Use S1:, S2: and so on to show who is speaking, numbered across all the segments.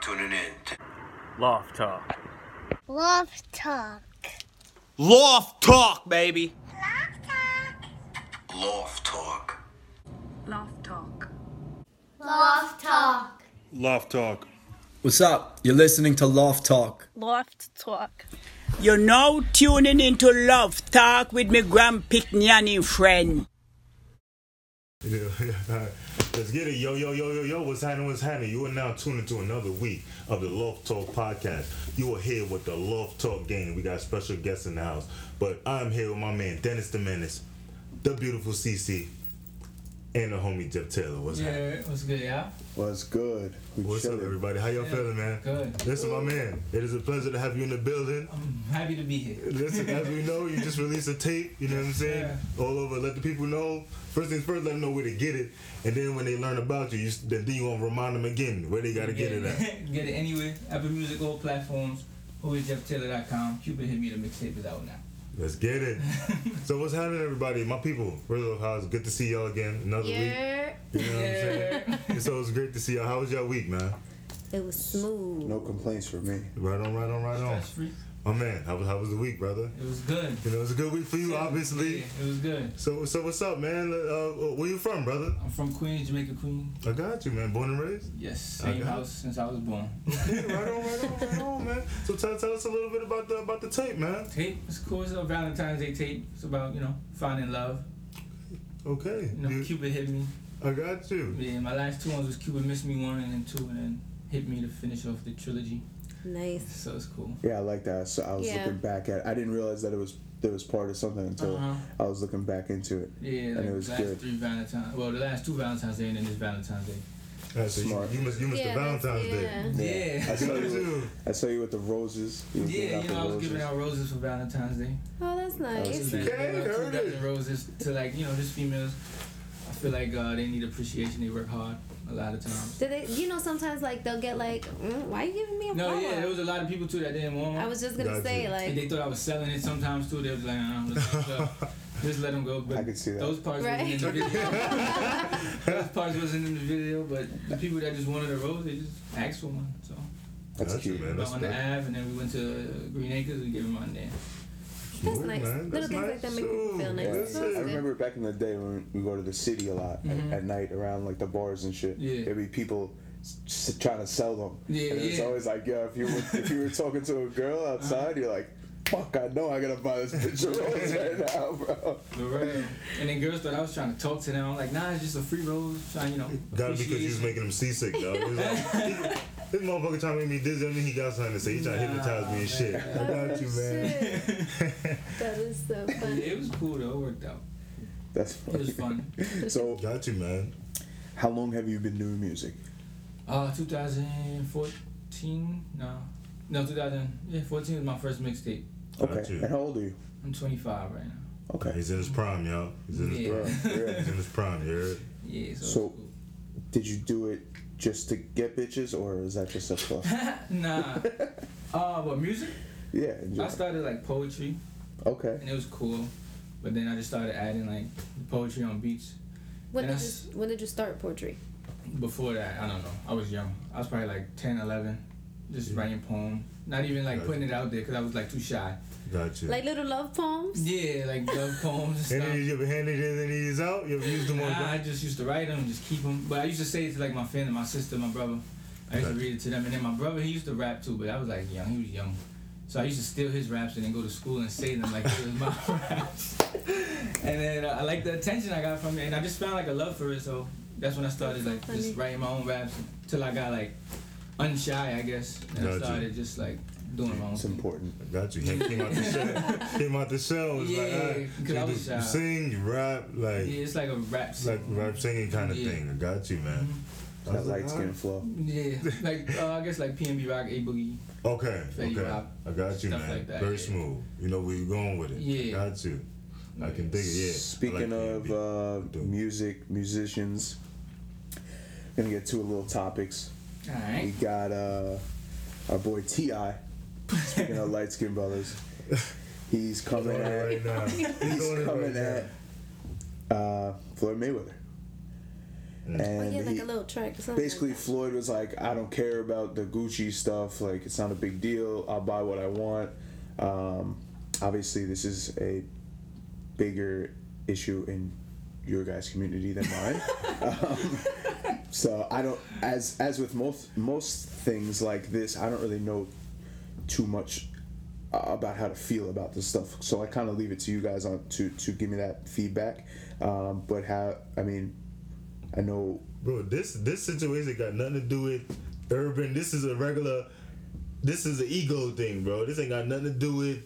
S1: tuning in.
S2: Loft Talk.
S3: Love talk.
S4: Loft talk, baby.
S1: Loft Talk.
S5: Loft Talk.
S3: Love talk.
S6: Loft Talk.
S4: What's up? You're listening to Loft Talk.
S7: Loft Talk.
S8: You're now tuning into Love Talk with me grand Pitnyani friend.
S6: Yeah, all right. Let's get it. Yo, yo, yo, yo, yo. What's happening? What's happening? You are now tuning to another week of the Love Talk podcast. You are here with the Love Talk gang. We got special guests in the house. But I'm here with my man, Dennis the Menace, the beautiful CC, and the homie Jeff Taylor. What's happening?
S9: Yeah, what's good, yeah?
S10: What's good? We
S6: What's up,
S10: chilling.
S6: everybody? How y'all feeling, man?
S9: good.
S6: Listen, my man, it is a pleasure to have you in the building.
S9: I'm happy to be here.
S6: Listen, as we know, you just released a tape, you know what I'm saying? All over, let the people know. First things first, let them know where to get it. And then when they learn about you, you then you going to remind them again where they got to get it at.
S9: get it anywhere. Apple Music, all platforms. WhoisJeffTaylor.com. Cupid hit me. The mixtape is out now.
S6: Let's get it. so, what's happening, everybody? My people, Real House, good to see y'all again. Another week. You know what I'm saying? So, it's great to see y'all. How was y'all week, man?
S7: It was smooth.
S10: No complaints for me.
S6: Right on, right on, right on.
S9: That's free.
S6: My man, how was, how was the week, brother?
S9: It was good.
S6: You know, it was a good week for you, obviously.
S9: Yeah, it was good.
S6: So, so what's up, man? Uh, where you from, brother?
S9: I'm from Queens, Jamaica, Queen.
S6: I got you, man. Born and raised?
S9: Yes,
S6: Okay.
S9: same house since I was born.
S6: right on, right on, right on, man. So tell, tell us a little bit about the about the tape, man.
S9: Tape, it's cool. It's a Valentine's Day tape. It's about you know finding love.
S6: Okay,
S9: You know,
S6: you-
S9: Cupid hit me.
S6: I got you.
S9: Yeah, my last two ones was Cupid missed me one and then two, and then hit me to finish off the trilogy.
S7: Nice.
S9: So it's cool.
S10: Yeah, I like that. So I was
S7: Yeah.
S10: looking back at. I didn't realize that it was there was part of something until
S9: Uh-huh.
S10: I was looking back into it.
S9: Yeah,
S10: And
S9: like
S10: it was
S9: the last
S10: good.
S9: three Valentine's. Well, the last two Valentine's Day and then this Valentine's Day.
S6: That's you-
S10: Smart.
S6: You missed you missed
S7: Yeah,
S6: the Valentine's
S7: that's-
S6: Day.
S7: yeah.
S10: I
S9: Yeah.
S10: saw
S6: You
S10: you.
S6: too.
S10: I saw you with the roses. You were giving
S9: Yeah,
S10: out
S9: you
S10: the
S9: know, I was
S10: roses.
S9: giving out roses for Valentine's Day.
S7: Oh, that's nice.
S9: Like,
S6: Okay,
S9: giving out two
S6: there it
S9: dozen
S6: is.
S9: roses to like, you know, just females. I feel like uh, they need appreciation. They work hard a lot of times.
S7: Did they? You know, sometimes like they'll get like, mm, why you giving me a
S9: No,
S7: flower?
S9: yeah, there was a lot of people too that didn't want
S7: I
S9: them.
S7: was just gonna
S6: Got
S7: say
S6: you.
S9: and
S7: like,
S9: they thought I was selling it sometimes too. They was like, nah, I'm just, uh, just let them go. But
S10: I could see that.
S9: Those parts
S7: Right.
S9: wasn't in the video. those parts wasn't in the video, but the people that just wanted a rose, they just asked for one. So.
S10: That's
S6: Got you,
S10: cute.
S6: man.
S9: Went
S6: That's
S9: on the
S6: that's
S9: Ave, and then we went to Green Acres. We gave him on there.
S7: that's
S6: smart,
S7: nice.
S6: man.
S7: Little
S6: That's
S7: things like
S6: nice
S7: that make me
S6: too.
S7: feel nice.
S10: Yeah.
S7: That's
S6: That's
S10: I
S6: it.
S7: good.
S10: remember back in the day when we go to the city a lot at-
S9: Mm-hmm.
S10: at, night around like the bars and shit.
S9: Yeah.
S10: There'd be people s- s- trying to sell them.
S9: Yeah,
S10: and it's
S9: yeah. Uh-huh.
S10: always like, yo, if you were, if you were talking to a girl outside, you're like, fuck, I know I gotta buy this bitch a rose right now, bro.
S9: For real. and then girls thought I was trying to talk to them. I'm like, nah, it's just a free roll. Trying, you know.
S6: Got it because you was
S9: appreciation.
S6: making him seasick, though. It was like, this motherfucker trying to make me dizzy. I mean, he got something to say. He trying to hypnotize me and shit. I got you, man.
S7: Shit. that is so
S9: Yeah,
S7: funny.
S9: it was cool though. It worked out.
S10: That's
S9: It was
S10: funny.
S9: fun.
S10: So,
S6: Got you, man.
S10: how long have you been doing music?
S9: Uh, 2014. No, no, 2000. Yeah, 14 was my first mixtape.
S6: Got
S10: Okay.
S6: you.
S10: And how old are you?
S9: I'm 25 right now.
S10: Okay.
S6: He's in his prime, y'all. He's in his
S9: Yeah.
S6: prime.
S10: Yeah.
S6: He's in his prime, you heard?
S9: Yeah.
S10: So-
S9: So. it's cool.
S10: Did you do it just to get bitches, or is that just a fluff?
S9: Nah. uh, but music.
S10: yeah. in
S9: I
S10: general.
S9: started like poetry.
S10: Okay.
S9: and it was cool. But then I just started adding like poetry on beats.
S7: When did
S9: That's-
S7: you when did you start poetry?
S9: Before that, I don't know. I was young. I was probably like 10, 11, just writing poem. Not even like
S6: Gotcha.
S9: putting it out there because I was like too shy.
S6: Got you.
S7: Like little love poems?
S9: Yeah, like love poems and
S6: Any
S9: stuff.
S6: of you ever handed any of these out? You ever used them on?
S9: Nah, I just used to write them, just keep them. But I used to say it to like my family, my sister, my brother. I used to
S6: Gotcha.
S9: read it to them, and then my brother he used to rap too, but I was like young. He was young, so I used to steal his raps and then go to school and say them like it was my raps. And then uh, I like the attention I got from it, and I just found like a love for it. So that's when I started like
S7: Funny.
S9: just writing my own raps until I got like unshy, I guess, and I
S6: Gotcha.
S9: started just like doing my own.
S10: It's
S9: thing.
S10: important.
S6: Got you. He came out the shell. Came out the shell. It's like,
S9: Yeah,
S6: ah,
S9: 'cause
S6: you,
S9: I
S6: do-
S9: was
S6: you
S9: shy.
S6: sing, you rap, like
S9: Yeah, it's like a rap.
S6: it's like
S9: song.
S6: rap singing kind of
S9: Yeah. Mm-hmm.
S6: thing. I got you, man. I
S10: That
S6: was like,
S10: light skin flow.
S9: Yeah, like uh, I guess like PNB Rock, A Boogie.
S6: ah, Okay,
S9: Fetty
S6: okay.
S9: Wap,
S6: I got you,
S9: stuff
S6: man.
S9: like that,
S6: Very
S9: yeah.
S6: smooth. You know where you going with it.
S9: Yeah.
S6: I got you. I can dig it. Yeah.
S10: Speaking of uh,
S6: Dope.
S10: music, musicians, gonna get to a little topics.
S9: All
S10: We
S9: right.
S10: got uh, our boy Ti. Speaking of light skin brothers, he's coming
S6: doing
S10: at
S6: it right now. He's
S10: he's
S6: doing it
S10: coming
S6: right
S10: at
S6: now.
S10: uh, Floyd Mayweather.
S6: Mm.
S10: And
S7: Oh, yeah, like
S10: he-
S7: a little trick. or something.
S10: basically Floyd was like, I don't care about the Gucci stuff. Like, it's not a big deal. I'll buy what I want. Um, obviously, this is a bigger issue in your guys' community than mine. Um, so I don't, as as with most most things like this, I don't really know too much uh, about how to feel about this stuff. So I kind of leave it to you guys on to to give me that feedback. Um, but how? I mean, I know
S6: bro. This this situation got nothing to do with urban. This is a regular. This is an ego thing, bro. This ain't got nothing to do with.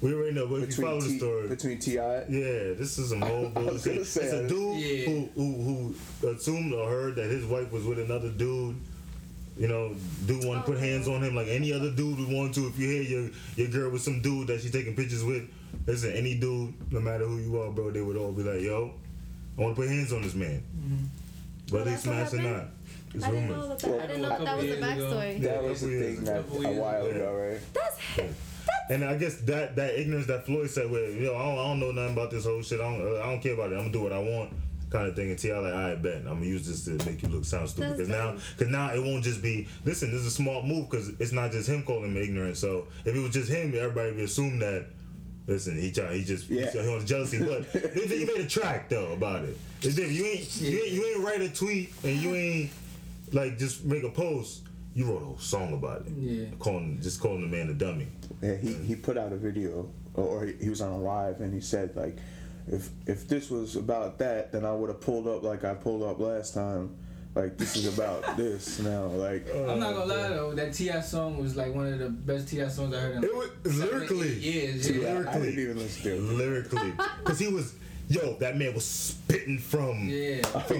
S6: We already know, but if you
S10: between
S6: follow the
S10: T,
S6: story,
S10: between Ti.
S6: Yeah, this is some whole
S10: I was
S6: bullshit.
S10: gonna
S6: It's
S10: say,
S6: a
S10: I-
S6: dude
S9: Yeah.
S6: who, who who assumed or heard that his wife was with another dude. You know, dude want to put hands on him like any other dude would want to. If you hear your your girl with some dude that she taking pictures with, listen, any dude, no matter who you are, bro, they would all be like, yo, I want to put hands on this man, whether he
S7: Mm-hmm. that's what
S6: smashed or
S7: happened?
S6: not. It's
S7: I didn't know
S6: rumors.
S7: that. that- I didn't know that, that was the
S9: Couple years ago.
S7: backstory.
S10: That was the
S6: couple years
S10: thing that
S9: ago.
S10: a while
S9: Yeah.
S10: ago, right?
S7: That's
S6: And I guess that that ignorance that Floyd said, well, you know, I don't, I don't know nothing about this whole shit. I don't, I don't care about it. I'm gonna do what I want, kind of thing. And Ti like, I bet I'm gonna use this to make you look sound stupid because now, because now it won't just be. Listen, this is a smart move because it's not just him calling him ignorant. So if it was just him, everybody would assume that. Listen, he try, he just
S10: Yeah.
S6: he on the jealousy, but he he made a track though about it. It's different. You ain't, you ain't you ain't write a tweet and you ain't like just make a post. You wrote a whole song about it.
S9: Yeah.
S6: calling just calling the man a dummy.
S10: Yeah, he, he put out a video, or- or he he was on a live, and he said like, if if this was about that, then I would have pulled up like I pulled up last time. Like this is about this now. Like
S6: Uh,
S9: I'm not gonna lie though, that Ti song was like one of the best Ti songs I heard. In
S6: It was lyrically.
S9: years. Yeah.
S10: yeah, I
S6: lyrically.
S10: didn't even listen
S6: Uh,
S10: to it.
S6: lyrically, because he was, yo, that man was spitting from,
S9: Yeah.
S6: from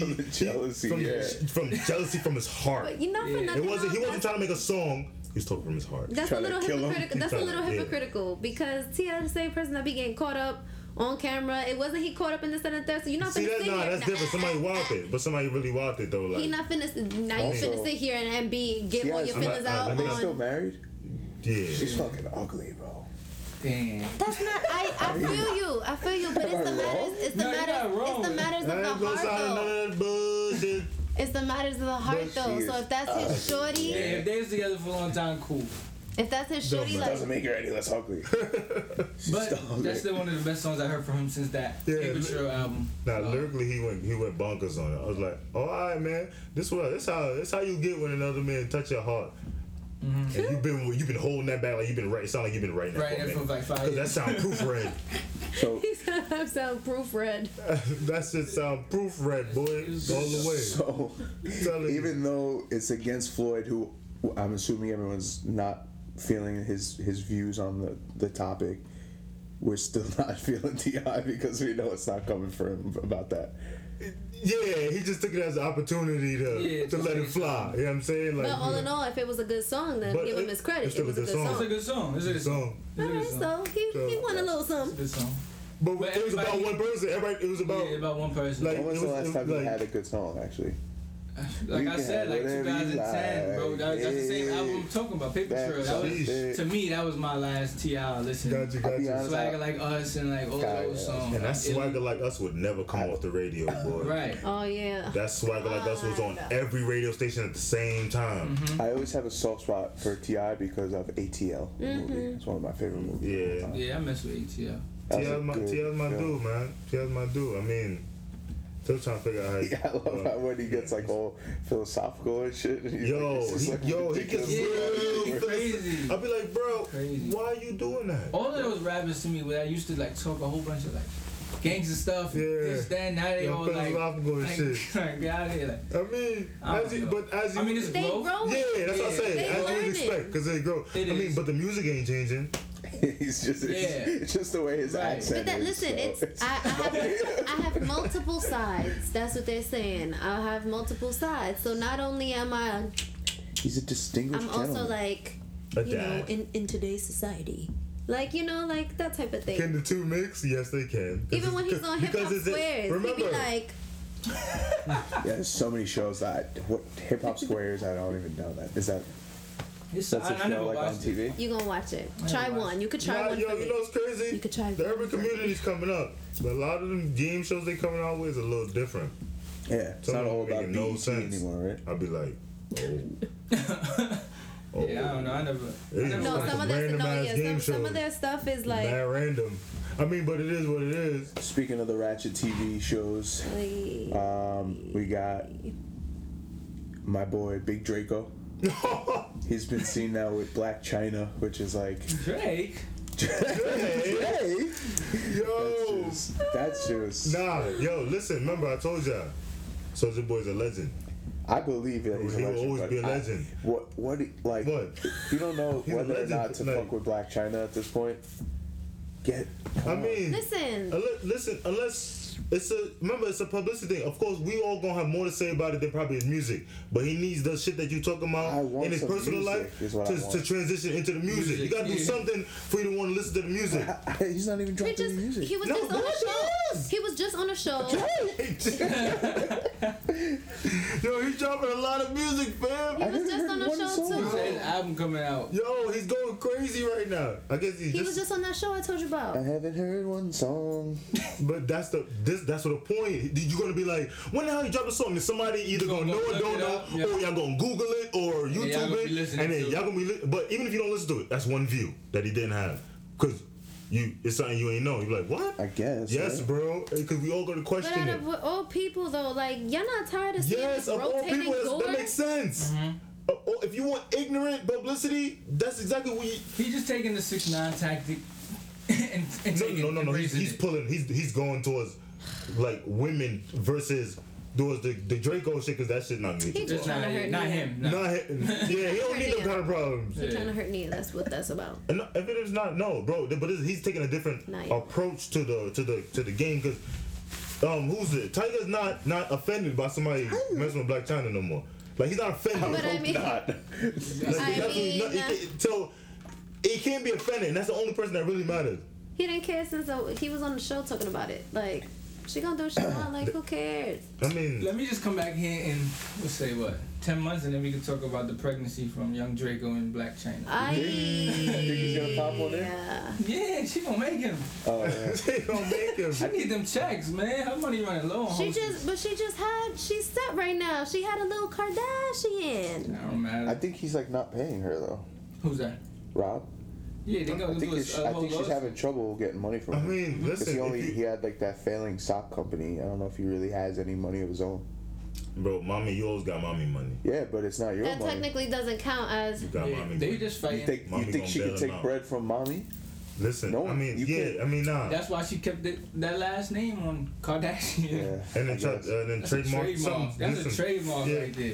S10: From jealousy,
S6: from,
S10: yeah.
S6: from jealousy from his heart.
S7: But you know for nothing.
S6: it wasn't. He
S7: else,
S6: wasn't
S7: that's-
S6: trying to make a song. He was talking from his heart.
S7: That's a
S10: Tryna
S7: little
S10: kill him.
S7: hypocritical. That's a
S6: Tryna-
S7: little
S6: yeah.
S7: hypocritical because T is the same person that be getting caught up on camera. It wasn't he caught up in this and the third. So you're not
S6: See
S7: finna
S6: that?
S7: sit
S6: Nah,
S7: here.
S6: that's different. Somebody walled it, but somebody really walled it though. Like,
S7: He not finna. sit- Now you
S10: Also-
S7: finna sit here and, and be get all
S10: Ti's
S7: your
S10: not-
S7: feelings
S6: uh,
S7: out
S10: Are
S6: let me
S10: they
S6: not-
S10: still
S7: on.
S10: married?
S6: yeah.
S10: She's fucking ugly, bro.
S9: Damn.
S7: That's not. I, I feel you. I feel you. But it's the
S10: Am I wrong?
S7: matters. It's the
S9: No, you're
S7: matters.
S9: not
S7: It's the
S9: wrong.
S7: matters
S6: I
S7: of
S6: ain't
S7: the
S6: gonna
S7: heart
S6: sign none
S7: though.
S6: of that bullshit.
S7: It's the matters of the heart
S10: But
S7: though.
S10: she
S7: So
S10: is
S7: if that's his
S10: Uh,
S7: shorty,
S9: If they was together for a long time, cool.
S7: if that's his shorty,
S6: Dumb,
S7: like
S10: Doesn't make her any less ugly.
S9: But
S10: Stop
S9: that's
S10: it.
S9: still one of the best songs I heard from him since that
S6: Yeah,
S9: Immature album.
S6: Now
S9: Uh,
S6: lyrically, he went he went bonkers on it. I was like, oh, all right, man, this what this how this how you get when another man touch your heart. And you've been you've been holding that back like you've been writing. Sound like you've been writing that
S9: Mm-hmm. Writing it
S6: for
S9: for, like, five
S6: Because that sound
S9: years.
S6: proofread.
S10: So
S7: he's gonna have some proofread.
S6: that shit sound proofread, boy, all the way.
S10: so
S6: Telling you.
S10: even though it's against Floyd, who I'm assuming everyone's not feeling his his views on the the topic, we're still not feeling Ti because we know it's not coming for him about that.
S6: Yeah, he just took it as an opportunity to
S9: Yeah,
S6: to
S9: to
S6: let
S9: say
S6: it fly. You know what I'm saying? Like,
S7: But all
S6: yeah.
S7: in all, if it was a good song, then
S6: But
S7: give
S6: it-
S7: him his credit.
S6: it's
S7: It was a good song.
S9: It's a good song. It's a good song.
S6: So,
S9: It's a
S7: All
S9: good
S7: right,
S9: song.
S7: so he, he
S6: So-
S7: won a little
S9: It's a
S7: something.
S9: good song.
S6: but,
S9: But
S6: it was about
S9: everybody-
S6: one person. Everybody, it was about.
S9: Yeah, about one person.
S6: Oh. Like-
S9: Like,
S10: When was
S6: It
S10: the
S6: was-
S10: last
S6: it
S10: time
S6: was
S10: he
S6: like-
S10: had a good song? Actually,
S9: I
S10: can
S9: said,
S10: have
S9: like
S10: whatever you
S9: 2010, bro.
S10: like.
S9: That was, that's the same
S10: Yeah.
S9: album I'm talking about, Paper
S10: That
S9: Trail. That
S10: was it.
S9: was, to me, that was my last Ti listening.
S6: Got you, got
S10: be
S6: you.
S10: honest.
S9: Swagger like us and like all
S10: Got
S9: those
S10: it.
S9: songs.
S6: And that
S9: It-
S6: swagger like us would never come off the radio, boy.
S9: Right.
S7: Oh yeah.
S6: That swagger like us was
S7: Ah.
S6: on every radio station at the same time.
S9: Mm-hmm.
S10: I always have a soft spot for Ti because of ATL. the Movie. It's one of my favorite movies. of all
S6: Yeah.
S10: time.
S9: Yeah, I mess with ATL.
S10: That was a
S6: Tia's my,
S10: good
S6: Tia's my
S10: film.
S6: dude, man. Tia's my dude. I mean, still trying to figure out how. uh,
S10: Yeah, I love how when he gets like all philosophical and shit. and he's
S6: Yo,
S10: like, it's just,
S6: he,
S10: like,
S6: yo, he
S10: ridiculous.
S6: gets real
S9: Crazy.
S6: I'll be like, bro,
S9: Crazy. Oh.
S6: why are you doing that?
S9: All of those rappers to me, where I used to like talk a whole bunch of like gangster stuff,
S6: Yeah.
S9: this, that, now they
S6: Yeah,
S9: all like,
S6: philosophical and
S9: like,
S6: shit.
S9: like, get out of here. Like,
S6: I mean,
S9: I
S6: as
S9: don't
S6: you,
S9: know.
S6: but as you,
S9: I mean, it's
S7: They
S9: growth.
S7: grow.
S6: yeah, that's what I
S9: Yeah.
S6: say.
S9: They
S6: As you would
S7: learn
S6: expect,
S7: it.
S6: because they grow. I
S9: It
S6: mean,
S9: is.
S6: but the music ain't changing.
S10: he's just, it's,
S9: Yeah.
S10: it's just the way his
S9: Right.
S10: accent
S7: But that,
S10: is,
S7: listen,
S10: so
S7: it's I, I have I have multiple sides. That's what they're saying. I have multiple sides. So not only am I,
S10: he's a distinguished
S7: I'm also
S10: gentleman.
S7: like,
S6: A
S7: you know,
S6: dad.
S7: in in today's society, like you know, like that type of
S6: Can
S7: thing.
S6: the two mix? Yes, they can. 'Cause
S7: Even when
S6: it's-
S7: he's on hip
S6: because
S7: hop
S6: it's a-
S7: squares, he be
S6: Remember,
S7: like,
S10: yeah, there's so many shows that what hip hop squares. I don't even know that. Is that
S9: It's,
S10: that's
S9: I,
S10: a
S9: I
S10: show
S9: never
S10: like on
S9: watched it.
S10: TV?
S7: you gonna watch it. Try
S9: watch
S7: one. You could try
S6: nah,
S7: one
S6: yo,
S7: for
S6: you
S7: me.
S6: know what's crazy?
S7: You could try
S6: The
S7: one
S6: urban
S7: for me.
S6: community's coming up, but a lot of them game shows they coming out with is a little different.
S10: Yeah, it's not
S6: Something
S10: all about
S6: making no
S10: BET
S6: sense.
S10: anymore, right?
S6: I'd be like, oh. oh.
S9: Yeah, I don't know. I never. I
S6: It's
S9: never
S7: No,
S6: like
S7: some
S6: a
S7: of their no,
S6: randomized
S7: yeah, some,
S6: game
S7: some
S6: show.
S7: of their stuff is like,
S6: Mad random. I mean, but it is what it is.
S10: Speaking of the Ratchet TV shows,
S7: like
S10: um, we got my boy Big Draco. He's been seen now with Black China, which is like
S9: Drake.
S10: Hey,
S6: Yo,
S10: that's just, that's just-
S6: nah, yo, listen. Remember, I told y'all. Soldier Boy's a legend.
S10: I believe that he's a
S6: He will
S10: legend,
S6: always
S10: but
S6: be a
S10: I-
S6: legend.
S10: what what like
S6: What?
S10: you don't know
S6: He's a
S10: whether or
S6: legend,
S10: not to
S6: like-
S10: fuck with Black China at this point. Get
S6: I mean,
S7: listen.
S6: unle- listen, unless it's a remember, it's a publicity thing. Of course, we all gonna have more to say about it than probably his music. But he needs the shit that you talking
S10: I
S6: about
S10: want
S6: in his
S10: some
S6: personal
S10: music,
S6: life
S10: is what I
S6: to,
S10: want.
S6: to transition into the music. You
S9: Music,
S6: gotta do
S9: yeah.
S6: something for you to want to listen to the music.
S10: he's not even
S7: He
S10: dropping
S7: just
S10: any music.
S7: he was
S6: No,
S7: just on
S6: yes,
S7: a show.
S6: he is.
S7: He was just on a show.
S6: Yo, he's dropping a lot of music, fam.
S7: He was
S10: haven't
S7: just
S10: heard
S7: on a
S10: one
S7: show
S10: song.
S7: too.
S9: His album coming out.
S6: Yo, he's going crazy right now. I guess he
S7: He
S6: just,
S7: was just on that show I told you about.
S10: I haven't heard one song.
S6: But that's the this that's what the point. You're gonna be like, when the hell you drop a song? And somebody either gonna,
S9: Gonna
S6: know
S9: look
S6: or don't
S9: it
S6: know,
S9: up, yeah.
S6: or y'all gonna Google it or YouTube
S9: y'all gonna be
S6: it,
S9: listening
S6: and then
S9: to it.
S6: y'all gonna be. Li- but even if you don't listen to it, that's one view that he didn't have, cause you it's something you ain't know. You're like, what?
S10: I guess,
S6: Yes,
S10: yeah.
S6: bro. Cause we all gonna
S7: But
S6: question
S7: out
S6: it.
S7: of all people though, like y'all not tired of seeing
S6: Yes,
S7: this
S6: of all
S7: rotating
S6: people, that's-
S7: door?
S6: that makes sense.
S9: Mm-hmm.
S6: Of all- If you want ignorant publicity, that's exactly what you.
S9: He just taking the six nine tactic. and, and taking,
S6: No, no, no, no. He's,
S9: embracing
S6: he's
S9: it.
S6: pulling. He's he's going towards like women versus towards the the Draco shit because that shit not me.
S7: He-
S9: It's not,
S7: Trying to hurt
S9: not
S7: you.
S9: him. No.
S6: Not him. Yeah, he don't need them kind of problems.
S7: You're trying to hurt me. That's what that's about.
S6: And no- if it is not, no, bro. th- But it's- he's taking a different
S7: Not yet.
S6: approach to the to the to the game because. Um, who's it? Tiger's not not offended by somebody messing with Black China no more. Like he's not offended.
S7: But I mean, I
S6: Like, that's- he-
S7: mean,
S6: he can't- so it can't be offended, and that's the only person that really matters.
S7: he didn't care since I, he was on the show talking about it. Like she gonna do what she want. Like who cares?
S6: I mean,
S9: Let me just come back here and we'll say what ten months, and then we can talk about the pregnancy from Young Draco and Black China.
S7: Ah. I
S10: Think he's gonna pop on there?
S7: yeah.
S9: yeah, she gonna make him.
S10: Oh, yeah.
S6: they don't make him.
S9: I need them checks, man. Her money running low. on
S6: Oh,
S7: She
S9: hosting.
S7: just but she just had she's set right now. She had a little
S10: Oh,
S7: Kardashian.
S9: I don't matter.
S10: I think he's like not paying her though.
S9: Who's that?
S10: Rob,
S9: Yeah, they go
S10: I think,
S9: do a,
S10: it's,
S9: a
S10: I
S9: whole
S10: think she's
S9: lawsuit.
S10: having trouble getting money from
S6: I
S10: him.
S6: mean,
S10: 'Cause
S6: listen,
S10: he
S6: if
S10: only
S6: you-
S10: he had like that failing sock company. I don't know if he really has any money of his own.
S6: Bro, mommy, you always got mommy money.
S10: Yeah, but it's not your
S7: That
S10: money.
S7: technically doesn't count as
S6: You got
S9: Yeah,
S6: mommy
S9: they
S6: money.
S9: just
S10: You
S9: fighting.
S10: think
S6: Mommy
S10: you think
S6: gonna
S10: she
S6: bail
S10: could
S6: him
S10: take
S6: out.
S10: bread from mommy?
S6: Listen,
S10: No,
S6: I mean,
S10: you
S6: yeah,
S10: can't.
S6: I mean, nah.
S9: That's why she kept it, that last name on Kardashian.
S10: Yeah.
S6: and
S10: I
S6: then, tra-
S10: guess.
S6: and then
S9: That's a
S6: trademark.
S9: trademark.
S6: something.
S9: That's
S6: listen,
S9: a trademark
S6: yeah,
S9: right there.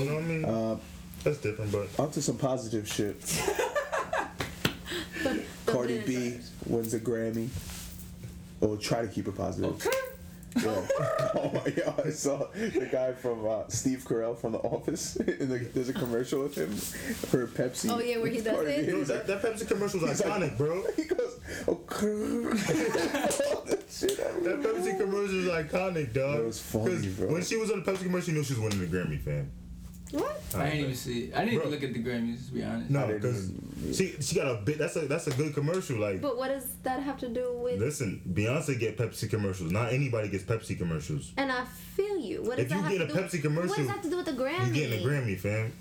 S6: You know what I mean?
S10: Uh,
S6: That's different, but
S10: On to some positive shit. Cardi B wins a Grammy. Or try to keep it positive.
S7: Oh.
S9: Okay.
S10: Yeah. oh my god, I saw the guy from uh, Steve Carell from The Office. and the, there's a commercial with him for Pepsi.
S7: Oh, yeah, where he does
S10: Cardi
S7: it?
S10: B,
S6: yo,
S10: he's
S6: that, that Pepsi commercial was
S10: like-
S6: iconic, bro.
S10: like- he goes, "Oh, okay. All that shit out of
S6: That Pepsi commercial is iconic, dog.
S10: That was funny,
S6: 'Cause
S10: bro.
S6: When she was on the Pepsi commercial, you knew she was winning the Grammy, fam.
S7: what?
S9: I didn't even see it. I didn't
S6: Bro.
S9: even look at the Grammys, to be honest.
S6: No,
S10: I didn't
S6: because she she got a bit. That's a that's a good commercial. Like,
S7: But what does that have to do with?
S6: listen, Beyonce get Pepsi commercials. Not anybody gets Pepsi commercials.
S7: And I feel you. What does
S6: If
S7: that
S6: you
S7: have
S6: get
S7: to
S6: a
S7: do
S6: Pepsi
S7: What
S6: commercial,
S7: does that have to do with the Grammy?
S6: You getting a Grammy, fam?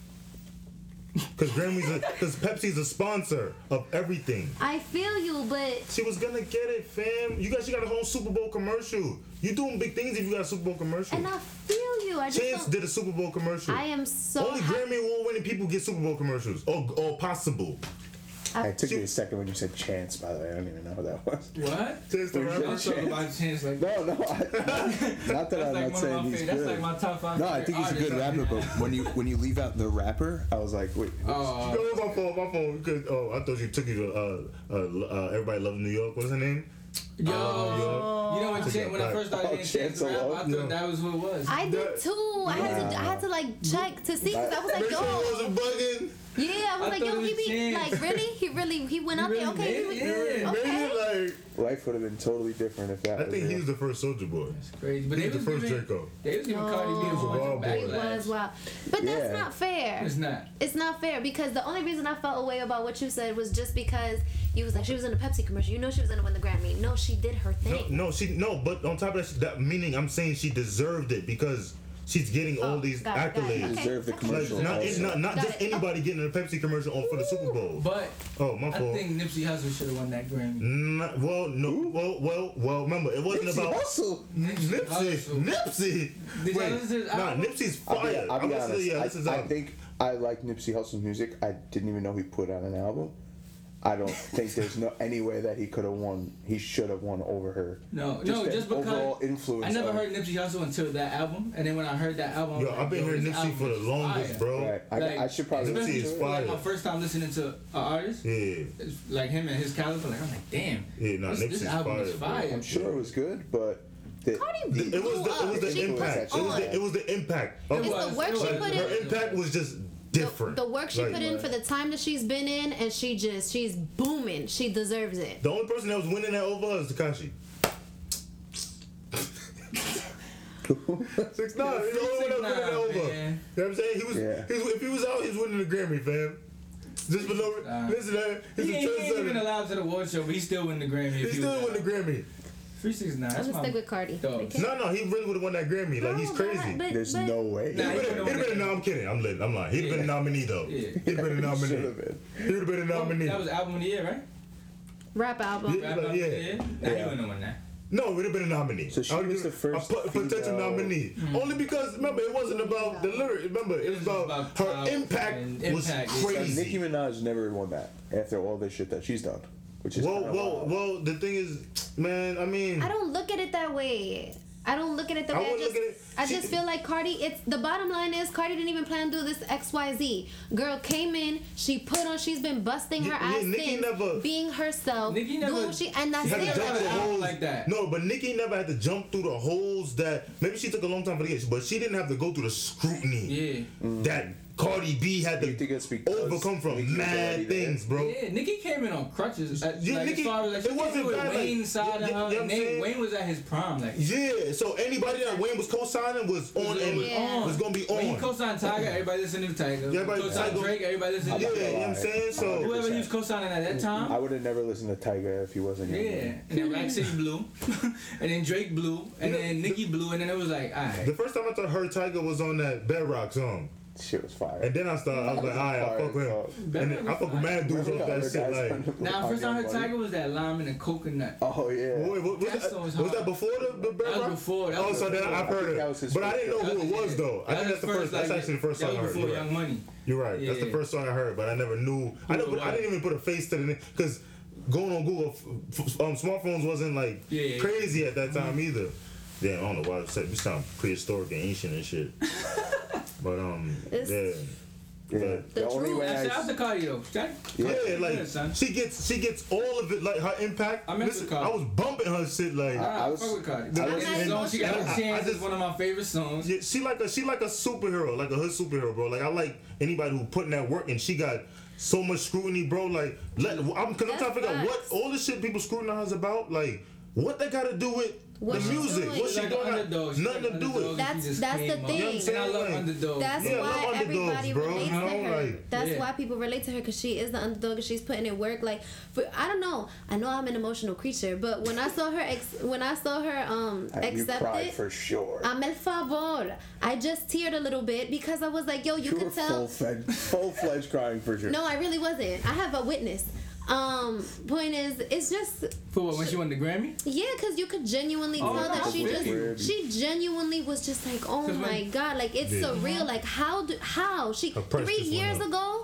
S6: Because Grammys, because Pepsi's a sponsor of everything.
S7: I feel you, but
S6: She was gonna get it, fam. You guys, she got a whole Super Bowl commercial. You doing big things if you got a Super Bowl commercial.
S7: and I feel you. I just
S6: Chance
S7: don't,
S6: did a Super Bowl commercial.
S7: I am so.
S6: Only
S7: hap-
S6: Grammy award winning people get Super Bowl commercials, or, or possible.
S10: It took me a second when you said chance, by the way. I don't even know who that was.
S9: What?
S6: Chance the
S9: I'm
S6: rapper.
S9: talking about Chance like
S10: No, no, I, not that
S9: That's
S10: I'm not
S9: like one of
S10: saying
S9: my
S10: he's
S9: favorite. That's
S10: good.
S9: like my top five.
S10: No, I
S9: favorite
S10: think he's a good
S9: artists.
S10: rapper, but when you when you leave out the rapper, I was like, wait,
S9: Oh,
S6: No, my fault, my fault. 'cause- oh, I thought you took you to uh, uh, uh, Everybody Loves New York. What's her name?
S9: yo.
S7: Oh,
S9: you know when,
S6: Took
S9: Chan,
S6: it
S9: when I
S6: back.
S9: first started
S10: Oh,
S9: hearing
S10: Chance
S9: Chance the rapper, I
S10: alone,
S9: thought
S6: yeah.
S9: that was who it was.
S7: I did too. I had to. I had to like check to see because I was like,
S6: Rachel
S7: yo,
S6: wasn't bugging.
S7: yeah. I was
S9: I
S7: like,
S9: thought
S7: yo,
S9: it
S7: he be
S9: was Chance.
S7: like, really? He really? He went
S9: He
S7: out there?
S9: really
S7: Okay,
S9: did?
S7: he was-
S9: Yeah.
S7: okay.
S6: Maybe like
S10: Life would have been totally different if that.
S6: I
S10: was
S6: think he
S10: real.
S6: was the first Soldier Boy.
S9: Crazy, but they
S6: He's the
S9: was
S6: first
S9: giving
S6: Draco.
S9: they was giving Cardi
S10: Oh.
S9: B a
S6: was a
S9: bunch of
S6: wild boy.
S7: It was
S9: backlash.
S7: wild. But that's
S10: Yeah.
S7: not fair.
S9: It's not.
S7: It's not fair because the only reason I felt away about what you said was just because you was like she was in a Pepsi commercial. You know she was gonna win the Grammy. No, she did her
S6: No,
S7: thing.
S6: no, she no. But on top of that, she, that meaning I'm saying she deserved it because she's getting all
S7: Oh,
S6: these
S7: got it, got it.
S6: accolades.
S7: Okay.
S10: Deserve the
S7: Like,
S6: Like,
S10: commercial.
S6: not,
S10: also.
S6: it, not, not
S7: Got
S6: just
S7: it.
S6: anybody getting a Pepsi commercial on for the Super Bowl.
S9: But
S6: oh, my
S9: I
S6: fault.
S9: think Nipsey Hussle should have won that Grammy.
S6: Not- well, no, well, well, well. Remember, it wasn't
S10: Nipsey
S6: about
S10: Hussle.
S6: Nipsey.
S9: Hussle.
S6: Nipsey.
S9: Did y'all
S6: Wait,
S9: listen to his
S6: nah,
S9: album?
S6: Nipsey's
S10: I'll be,
S6: fire.
S10: I'll
S6: I'm
S10: be
S6: listening to-
S10: honest.
S6: yeah,
S10: I,
S6: this is
S10: I
S6: um,
S10: think I like Nipsey Hussle's music. I didn't even know he put out an album. I don't think there's no any way that he could have won. He should have won over her.
S9: No,
S10: Just
S9: no,
S10: that
S9: just because
S10: overall influence
S9: I never
S10: of-
S9: heard Nipsey Hussle until that album, and then when I heard that album, I was
S6: Yo,
S9: like,
S6: I've been hearing
S9: this
S6: Nipsey
S9: album
S6: for the
S9: is
S6: longest,
S9: fire.
S6: bro.
S10: Right. I,
S9: Like,
S10: I should probably.
S6: Nipsey is
S10: listen to it.
S9: Like
S6: fire.
S9: my first time listening to an artist,
S6: Yeah.
S9: it's like him and his caliber, like I'm like, damn,
S6: Yeah, nah,
S9: this, this
S6: Nipsey's
S9: album is
S6: fire,
S9: fire.
S6: bro.
S10: I'm sure it was good, but the,
S7: Cardi B blew
S6: It was the it was
S7: up.
S6: the
S7: She-
S6: impact. It was the, it was the impact. of-
S9: It
S7: It's
S9: was-
S7: the work
S9: it
S7: she
S9: was-
S7: put
S9: her
S6: Her
S7: in.
S6: impact was just different.
S7: The work she
S6: Like,
S7: put in for the time that she's been in, and she just she's booming. She deserves it.
S6: The only person that was winning that over was Takashi. Six nine. He's the only one that was winning that
S9: 6ix9ine,
S6: over. You know
S9: man.
S6: what I'm saying? He was,
S10: Yeah.
S6: he was if he was out, he's winning the Grammy, fam. Just for no
S9: Uh,
S6: listen to that. He's
S9: He ain't, he
S6: a
S9: ain't even
S6: trendsetter.
S9: allowed to the award show, but he still win the Grammy.
S6: He
S9: if he
S6: still
S9: was
S6: won the
S9: out.
S6: Grammy.
S9: Three six nine.
S7: I'm
S9: that's
S7: gonna
S9: my
S7: stick with Cardi.
S9: dog.
S7: Okay.
S6: No, no, he really would have won that Grammy. Like he's
S7: No,
S6: crazy.
S7: but-
S10: there's
S7: but-
S10: no way.
S6: He'd
S9: Nah, he
S6: have
S9: would've
S6: been,
S9: won
S6: a-
S9: that
S6: no, I'm kidding. I'm, li- I'm lying. He'd have been a
S9: Yeah.
S6: nominee though.
S9: Yeah.
S6: He'd been a nominee.
S10: Should have been.
S6: He'd have been a nominee.
S9: That was album of the year, right?
S7: Rap album.
S6: Yeah.
S9: Rap
S6: Like,
S9: album
S6: yeah.
S9: of the year. Nah, he
S10: Yeah.
S9: wouldn't have won that.
S6: No, it would have been a nominee.
S10: So she
S6: I would've
S10: was
S6: given
S10: the first
S6: a pot- potential
S10: female-
S6: nominee. Only because remember it wasn't about the lyric. Remember it was about,
S9: about
S6: her
S9: clout
S6: impact
S9: and
S6: was
S9: impact.
S10: And
S6: crazy.
S10: Nicki Minaj never won that after all this shit that she's done, which is
S6: well,
S10: kinda
S6: well,
S10: wild.
S6: well. The thing is, man. I mean,
S7: I don't look at it that way. I don't look at it that
S6: I
S7: way. I
S6: wouldn't
S7: just,
S6: look at it-
S7: I
S6: she-
S7: just feel like Cardi. It's the bottom line is Cardi didn't even plan to do this X Y Z. Girl came in, she put on. She's been busting her
S6: Yeah,
S7: ass
S6: yeah, Nicki
S7: since
S6: never-
S7: being herself.
S9: Nicki
S7: doing
S9: never-
S7: what she and that's
S6: she had
S7: it.
S6: to jump
S9: never
S6: through
S9: act
S6: holes
S9: like that.
S6: No, but Nicki never had to jump through the holes that maybe she took a long time for the get, but she didn't have to go through the scrutiny
S9: Yeah.
S6: that Cardi B had
S10: Mm. You think it's
S6: to
S10: because
S6: overcome
S10: Nicki was
S6: from
S10: already
S6: mad
S10: there?
S6: things, bro.
S9: Yeah, Nicki came in on crutches. uh,
S6: Yeah,
S9: like,
S6: Nicki-
S9: as far as, like,
S6: it
S9: she
S6: wasn't
S9: came with
S6: bad, like,
S9: Wayne side
S6: yeah,
S9: of
S6: yeah, you
S9: her.
S6: know what I'm
S9: Nate-
S6: saying?
S9: Wayne was at his prime. Like,
S6: Yeah, so anybody that Wayne was co-signing was on
S9: it
S6: and
S9: was on.
S6: was gonna be on.
S9: when he co-signed Tiger, everybody listened to Tiger. When he
S6: Everybody-
S9: co-signed
S6: Tiger-
S9: Drake, everybody listened to
S6: Yeah,
S10: not
S6: you
S10: gonna
S6: know
S9: Drake.
S6: what I'm
S10: lie.
S6: saying? So
S9: Whoever he was co-signing at that time.
S10: I would have never listened to Tiger if he wasn't. young.
S9: Yeah, and then Rack City blew, and then Drake blew, and then Nicki blew, and then it was like, all right.
S6: the first time I thought her Tiger was on that Bedrock song,
S10: shit was fire.
S6: and then I started, I was like, alright, I fuck with
S10: Fire as
S6: him, and then I fuck with mad dudes off that shit. Like,
S9: Now, first time I heard
S10: Money.
S9: Tiger was that lime and a coconut.
S10: Oh yeah.
S6: wait, what, was,
S9: That
S6: that,
S9: song
S6: was
S9: was
S6: that
S9: hot.
S6: before the, the Bedrock?
S9: That was before. That
S6: oh,
S9: was
S6: so then
S10: before.
S6: I've heard
S10: That
S6: it,
S10: was his
S6: but I
S10: first
S6: didn't know
S10: album.
S6: who Oh, it was though. I
S9: That
S6: think that's the first. That's
S9: like,
S6: actually the first
S9: that
S6: song I
S9: was
S6: heard.
S9: before
S6: You're
S9: Young
S6: right.
S9: Money.
S6: You're right. That's the
S9: Yeah.
S6: first song I heard, but I never knew. I know,
S9: the
S6: but I
S9: wife?
S6: didn't even put a face to the name because going on Google, f- f- um, smartphones wasn't like
S9: Yeah, yeah, Mm-hmm. yeah.
S6: crazy at that time either. Yeah, I don't know why I said we sound prehistoric and ancient and shit. but um,
S7: It's-
S6: yeah.
S10: Yeah.
S6: But-
S10: The, only
S7: truth.
S10: way
S9: Shout
S10: I
S9: out to Cardi though. Shout-
S10: Yeah,
S6: yeah,
S9: Cardi,
S6: like
S9: good, son.
S6: she gets she gets all of it like her impact.
S9: I meant to call.
S6: I was bumping her shit like
S9: Nah,
S10: I was-
S9: fuck with
S6: I
S9: Cardi. This
S6: was-
S9: song she got
S6: I- I- I
S9: a chance is
S6: just-
S9: one of my favorite songs.
S6: Yeah, she like a she like a superhero, like a hood superhero, bro. Like I like anybody who put in that work, and she got so much scrutiny, bro. Like, let I'm because I'm trying to figure out what
S7: facts.
S6: all the shit people scrutinize about, like what they got to do with
S7: What
S6: the
S7: she
S6: music,
S7: doing.
S6: what she
S9: Like an
S6: doing,
S9: underdog. She
S6: nothing
S9: like
S6: to do
S9: underdog.
S6: with.
S7: That's-
S9: She just
S7: that's the
S9: came up.
S7: thing. You know what I'm
S6: saying?
S9: And I love
S6: Like,
S9: underdogs.
S7: That's why
S6: Yeah, love underdogs,
S7: everybody
S6: bro,
S7: relates
S6: you know,
S7: to her.
S6: like-
S7: That's
S9: Yeah.
S7: why people relate to her because she is the underdog and she's putting in work. Like, for, I don't know. I know I'm an emotional creature, but when I saw her, ex- when I saw her, um,
S10: had, you cried
S7: accepted.
S10: for sure.
S7: I'm Ah, el favor. I just teared a little bit because I was like, yo, you
S10: you were
S7: could
S10: full
S7: tell.
S10: fledged, full fledged crying for sure.
S7: No, I really wasn't. I have a witness. Um, point is, it's just
S9: For what? When she won the Grammy?
S7: yeah, cause you could genuinely
S9: Oh,
S7: tell
S9: yeah,
S7: that she
S9: with
S7: just
S10: you.
S7: she genuinely was just like, oh
S9: Cause
S7: my
S9: when-
S7: god, like it's
S6: Yeah.
S7: surreal. Like how do how she
S6: Her price
S7: three
S6: just went
S7: years
S6: up.
S7: ago,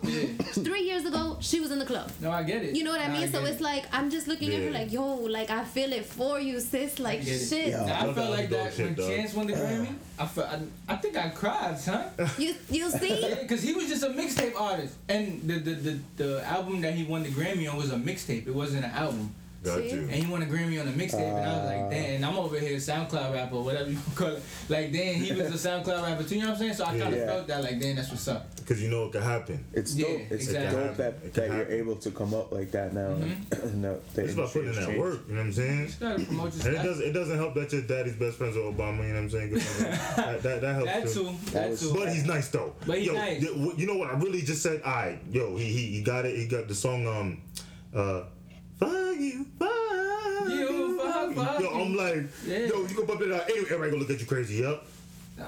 S7: three years ago she was in the club.
S9: No, I get it.
S7: You know what I
S9: Nah,
S7: mean? so
S9: get
S7: it's
S9: it.
S7: like I'm just looking at her
S6: Yeah.
S7: like, yo, like I feel it for you, sis. Like
S9: get it.
S7: shit,
S10: Yeah.
S9: Nah, I
S6: Love
S9: felt
S6: that
S9: like
S6: underdog
S9: that
S6: shit,
S9: when
S6: dog.
S9: Chance won the Grammy. I felt. I, I think I cried, son.
S7: you you see.
S9: Because he was just a mixtape artist, and the the, the the album that he won the Grammy on was a mixtape. It wasn't an album.
S6: Got
S7: See?
S6: you.
S9: And he won a Grammy on the mixtape, and I was
S6: Uh.
S9: like, damn, and I'm over here SoundCloud rapper, whatever you call it. Like, damn, he was a SoundCloud rapper too, you know what I'm saying? So I kind of
S10: Yeah.
S9: felt that, like, damn, that's what's up.
S6: Because you know it could happen.
S10: It's
S9: Yeah,
S10: dope. It's
S9: exactly.
S10: dope that,
S6: It can
S10: that you're
S6: happen.
S10: able to come up like that now. and that the
S6: It's about
S10: industry
S6: putting in
S10: has
S6: that
S10: changed.
S6: work, you know what I'm saying?
S9: You gotta
S6: And
S9: promote
S6: it
S9: yourself.
S6: doesn't, it doesn't help that your daddy's best friends are Obama, you know what I'm saying? Good for him. that, that, that helps
S9: That too. That
S10: was-
S9: too.
S6: But he's nice though.
S9: But he's
S6: yo,
S9: nice.
S6: yo, wh- you know what? I really just said, I yo, he, he he got it. He got the song. Um, uh, fuck you, fuck you,
S9: fuck, fuck
S6: Yo, I'm
S9: you.
S6: like,
S9: Yeah. Uh,
S6: yo, you go bump it out. Anyway, everybody gonna look at you crazy. Yup,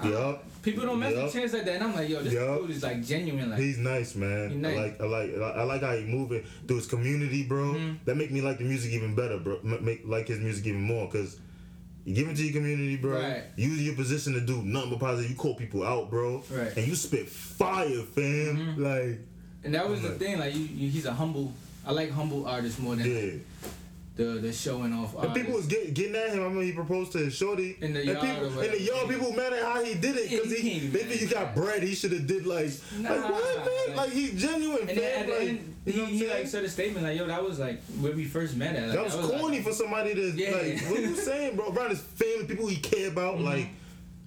S6: yup.
S9: People don't mess
S6: Yup.
S9: with chance like that, and I'm like, yo, this
S6: Yup.
S9: dude is like genuine, like.
S6: He's nice, man.
S9: He nice.
S6: I like, I like, I like how he moving through his community, bro.
S9: Mm-hmm.
S6: That make me like the music even better, bro. M- make like his music even more, cause you give it to your community, bro.
S9: Right.
S6: Use your position to do nothing but positive. You call people out, bro.
S9: Right. Mm-hmm.
S6: And you spit fire, fam. Like,
S9: And that was the
S6: Right.
S9: thing, like you, you, he's a humble. I like humble artists more than
S6: yeah.
S9: the the showing off.
S6: And
S9: Artists.
S6: people was get, getting at him. I mean, he proposed to his shorty.
S9: In the yard
S6: and people,
S9: or whatever.
S6: In the yard, people mad at how he did it
S9: Yeah,
S6: because
S9: you
S6: he,
S9: can't
S6: they
S9: even
S6: think you
S9: do
S6: got
S9: that.
S6: bread. He should have did like, like what,
S9: Nah,
S6: man? Like,
S9: like-
S6: he's genuine,
S9: and then
S6: fam.
S9: at the
S6: Like,
S9: end,
S6: you know
S9: he,
S6: what I'm
S9: he
S6: saying?
S9: like said a statement like, "Yo, that was like where we first met at." Like,
S6: that was corny for somebody to
S9: Yeah. Mm-hmm.
S6: like. What you saying, bro? Around his family, people he care about, like.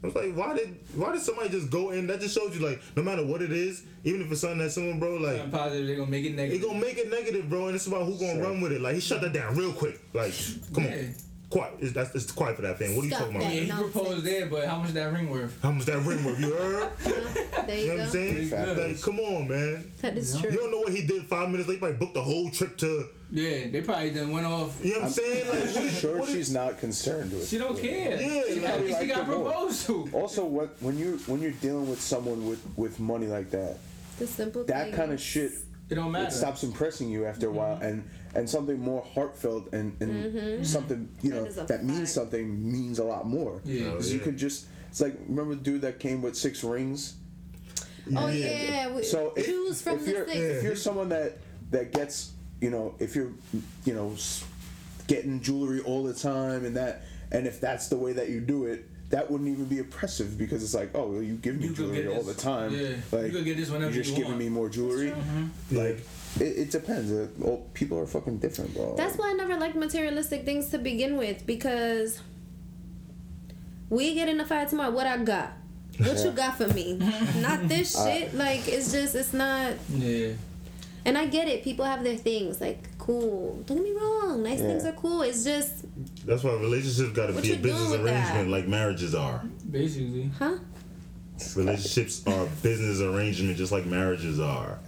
S6: I was like, why did why did somebody just go in? That just shows you like, no matter what it is, even if it's something that someone, bro, like,
S9: Like, I'm positive they're gonna make it
S6: It
S9: negative.
S6: gonna make it negative, bro, and it's about who gonna run with it. Like he shut that down real quick. Like, come
S9: Yeah.
S6: on, quiet. It's, that's it's quiet for that thing. What are you
S7: Stop
S6: talking about?
S7: that.
S9: yeah, he
S7: Nonsense.
S9: proposed there, but how much that ring worth?
S6: How much that ring worth? You heard?
S7: There
S6: you know
S7: you
S6: what I'm
S7: go.
S6: saying?
S10: Facts.
S6: Like, come on, man.
S7: That is
S6: You
S7: true.
S6: don't know what he did five minutes late. Like, booked the whole trip to.
S9: Yeah, they probably done went off.
S6: You know what I'm saying? Like, what is,
S10: Sure,
S6: what is-
S10: she's not concerned with.
S9: She don't care.
S6: Yeah,
S9: she,
S6: you
S9: got,
S10: know,
S9: she
S10: like
S9: got
S10: the boy.
S9: proposed to.
S10: Also, what when you when you're dealing with someone with with money like that,
S7: The simple
S10: that
S7: thing.
S10: kind of shit
S9: It don't matter.
S10: it stops impressing you after a
S7: Mm-hmm.
S10: while, and and something more heartfelt and and something you know
S7: That is a
S10: that, means
S7: fact.
S10: something means a lot more.
S9: Yeah.
S10: because you
S6: Yeah.
S10: could just it's like remember the dude that came with six rings.
S7: Oh yeah. we-
S10: So if,
S7: choose from
S10: if
S7: the
S10: you're if
S7: six.
S10: you're someone that that gets you know if you're you know s- getting jewelry all the time and that and if that's the way that you do it. That wouldn't even be oppressive because it's like, oh, well, you give me
S9: You could
S10: jewelry
S9: get
S10: all
S9: this-
S10: the time.
S9: yeah,
S10: Like,
S9: you could get this whenever
S10: You're just
S9: you
S10: giving
S9: want.
S10: me more jewelry.
S6: like,
S10: It, it depends. Uh, well, people are fucking different, bro.
S7: That's why I never liked materialistic things to begin with because we get in a fight tomorrow. What I got? What you got for me? not this
S10: Uh,
S7: shit. Like it's just it's not.
S9: Yeah,
S7: And I get it. People have their things. Like cool. Don't get me wrong. Nice
S10: Yeah.
S7: things are cool. It's just
S6: that's why relationships gotta
S7: What
S6: be a
S7: you doing
S6: business
S7: with that?
S6: arrangement, like marriages are.
S9: basically.
S7: huh?
S6: Relationships are business arrangement, just like marriages are.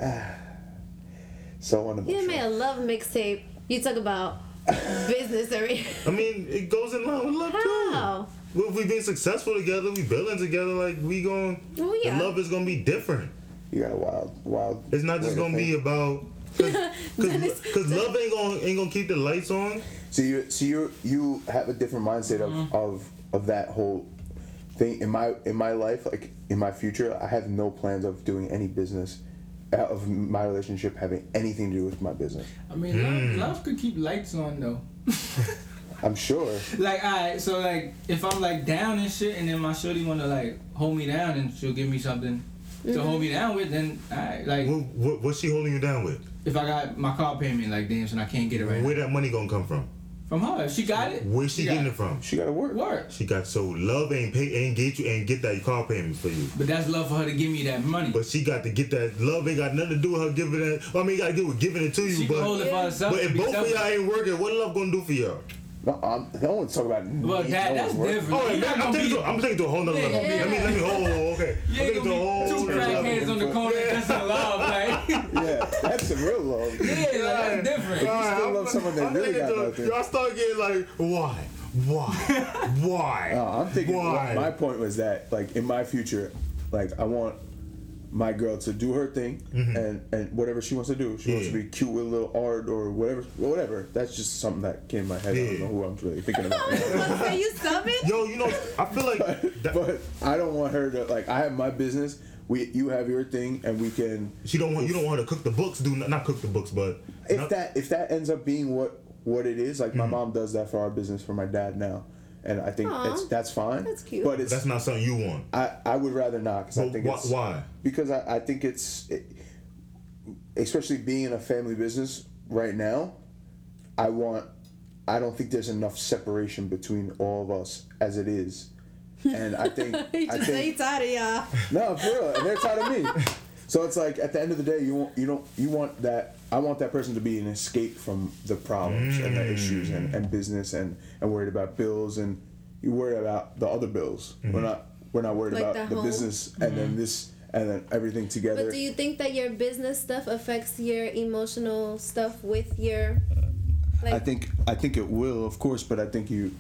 S10: so unavailable.
S7: You made a love mixtape. You talk about business arena.
S6: I mean, it goes in line with love too.
S7: How?
S6: Well, if we been successful together, we building together, like we going
S7: Oh yeah.
S6: love is gonna be different.
S10: You got a wild, wild.
S6: It's not just
S10: way to
S6: gonna be
S10: think.
S6: about because love ain't gonna ain't gonna keep the lights on.
S10: So you, so you, you have a different mindset of,
S9: Mm-hmm.
S10: of of that whole thing. In my in my life, like in my future, I have no plans of doing any business, uh, of my relationship having anything to do with my business.
S9: I mean,
S6: Hmm.
S9: love, love could keep lights on though.
S10: I'm sure.
S9: Like, alright, so like, if I'm like down and shit, and then my shorty wanna like hold me down, and she'll give me something to hold me down with, then I like
S6: What, what what's she holding you down with?
S9: if I got my car payment, like damn, son, I can't get it right
S6: Where that money gonna come from?
S9: now. From her, if she got it.
S6: Where's she
S9: got
S6: getting it from?
S10: She got to work.
S9: Work,
S6: She got so love ain't pay ain't get you ain't get that car payment for you.
S9: but that's love for her to give me that money.
S6: But she got to get that love ain't got nothing to do with her giving it. Well, I mean, it got to do with giving it to you.
S9: She can hold
S6: but
S9: it for herself.
S6: but if
S9: to be
S6: both of
S9: selfish.
S6: y'all ain't working, what love gonna do for y'all?
S10: No, I'm, no one's talking about.
S9: well,
S10: no
S9: that,
S10: one's
S9: that's
S10: work.
S9: different.
S6: Oh,
S9: You're
S6: man,
S9: not
S6: I'm
S9: gonna
S6: taking
S9: be,
S6: it to, I'm taking it to a whole nother
S9: Yeah,
S6: level.
S9: yeah.
S6: Let me let me hold. Okay,
S9: you
S6: I'm
S9: ain't
S6: taking it to a
S9: gonna be
S6: whole
S9: two
S6: nother level.
S9: crackheads on the corner. That's in love, like. yeah,
S10: Yeah, that's a real love.
S9: like, that's different.
S6: All right,
S10: still
S6: I'm
S10: love someone that
S6: I'm
S10: really
S6: thinking
S10: got
S6: to-
S10: nothing.
S6: Y'all start getting like, why? Why? Why?
S10: No, Oh, I'm thinking.
S6: why?
S10: My point was that, like, in my future, like, I want my girl to do her thing and and whatever she wants to do. She wants to
S6: Mm-hmm. Yeah.
S10: be cute with a little art or whatever, whatever. That's just something that came in my head. I
S6: Yeah.
S10: don't know who I'm really thinking about.
S7: Are you subbing?
S6: Yo, you know, I feel like that,
S10: but I don't want her to like. I have my business. We, you have your thing, and we can.
S6: she don't want you don't want her to cook the books. Do not, not cook the books, but
S10: If
S6: not-
S10: that if that ends up being what what it is,
S6: Mm-hmm.
S10: like my mom does that for our business for my dad now, and I think
S7: Aw,
S10: it's, that's fine.
S7: that's cute.
S10: But it's
S6: that's not something you want.
S10: I, I would rather not because I
S6: But
S10: think
S6: why,
S10: it's,
S6: why?
S10: because I, I think it's it, especially being in a family business right now. I want I don't think there's enough separation between all of us as it is. And I think
S7: He
S10: I
S7: just say he
S10: think
S7: tired of y'all.
S10: no, for real, and they're tired of me. So it's like at the end of the day, you want you don't you want that. I want that person to be an escape from the problems and the issues and, and business and and worried about bills and you worry about the other bills. We're not we're not worried
S7: Like
S10: about
S7: that
S10: the
S7: whole-
S10: business and then this and then everything together.
S7: But do you think that your business stuff affects your emotional stuff with your like
S10: I think I think it will, of course, but I think you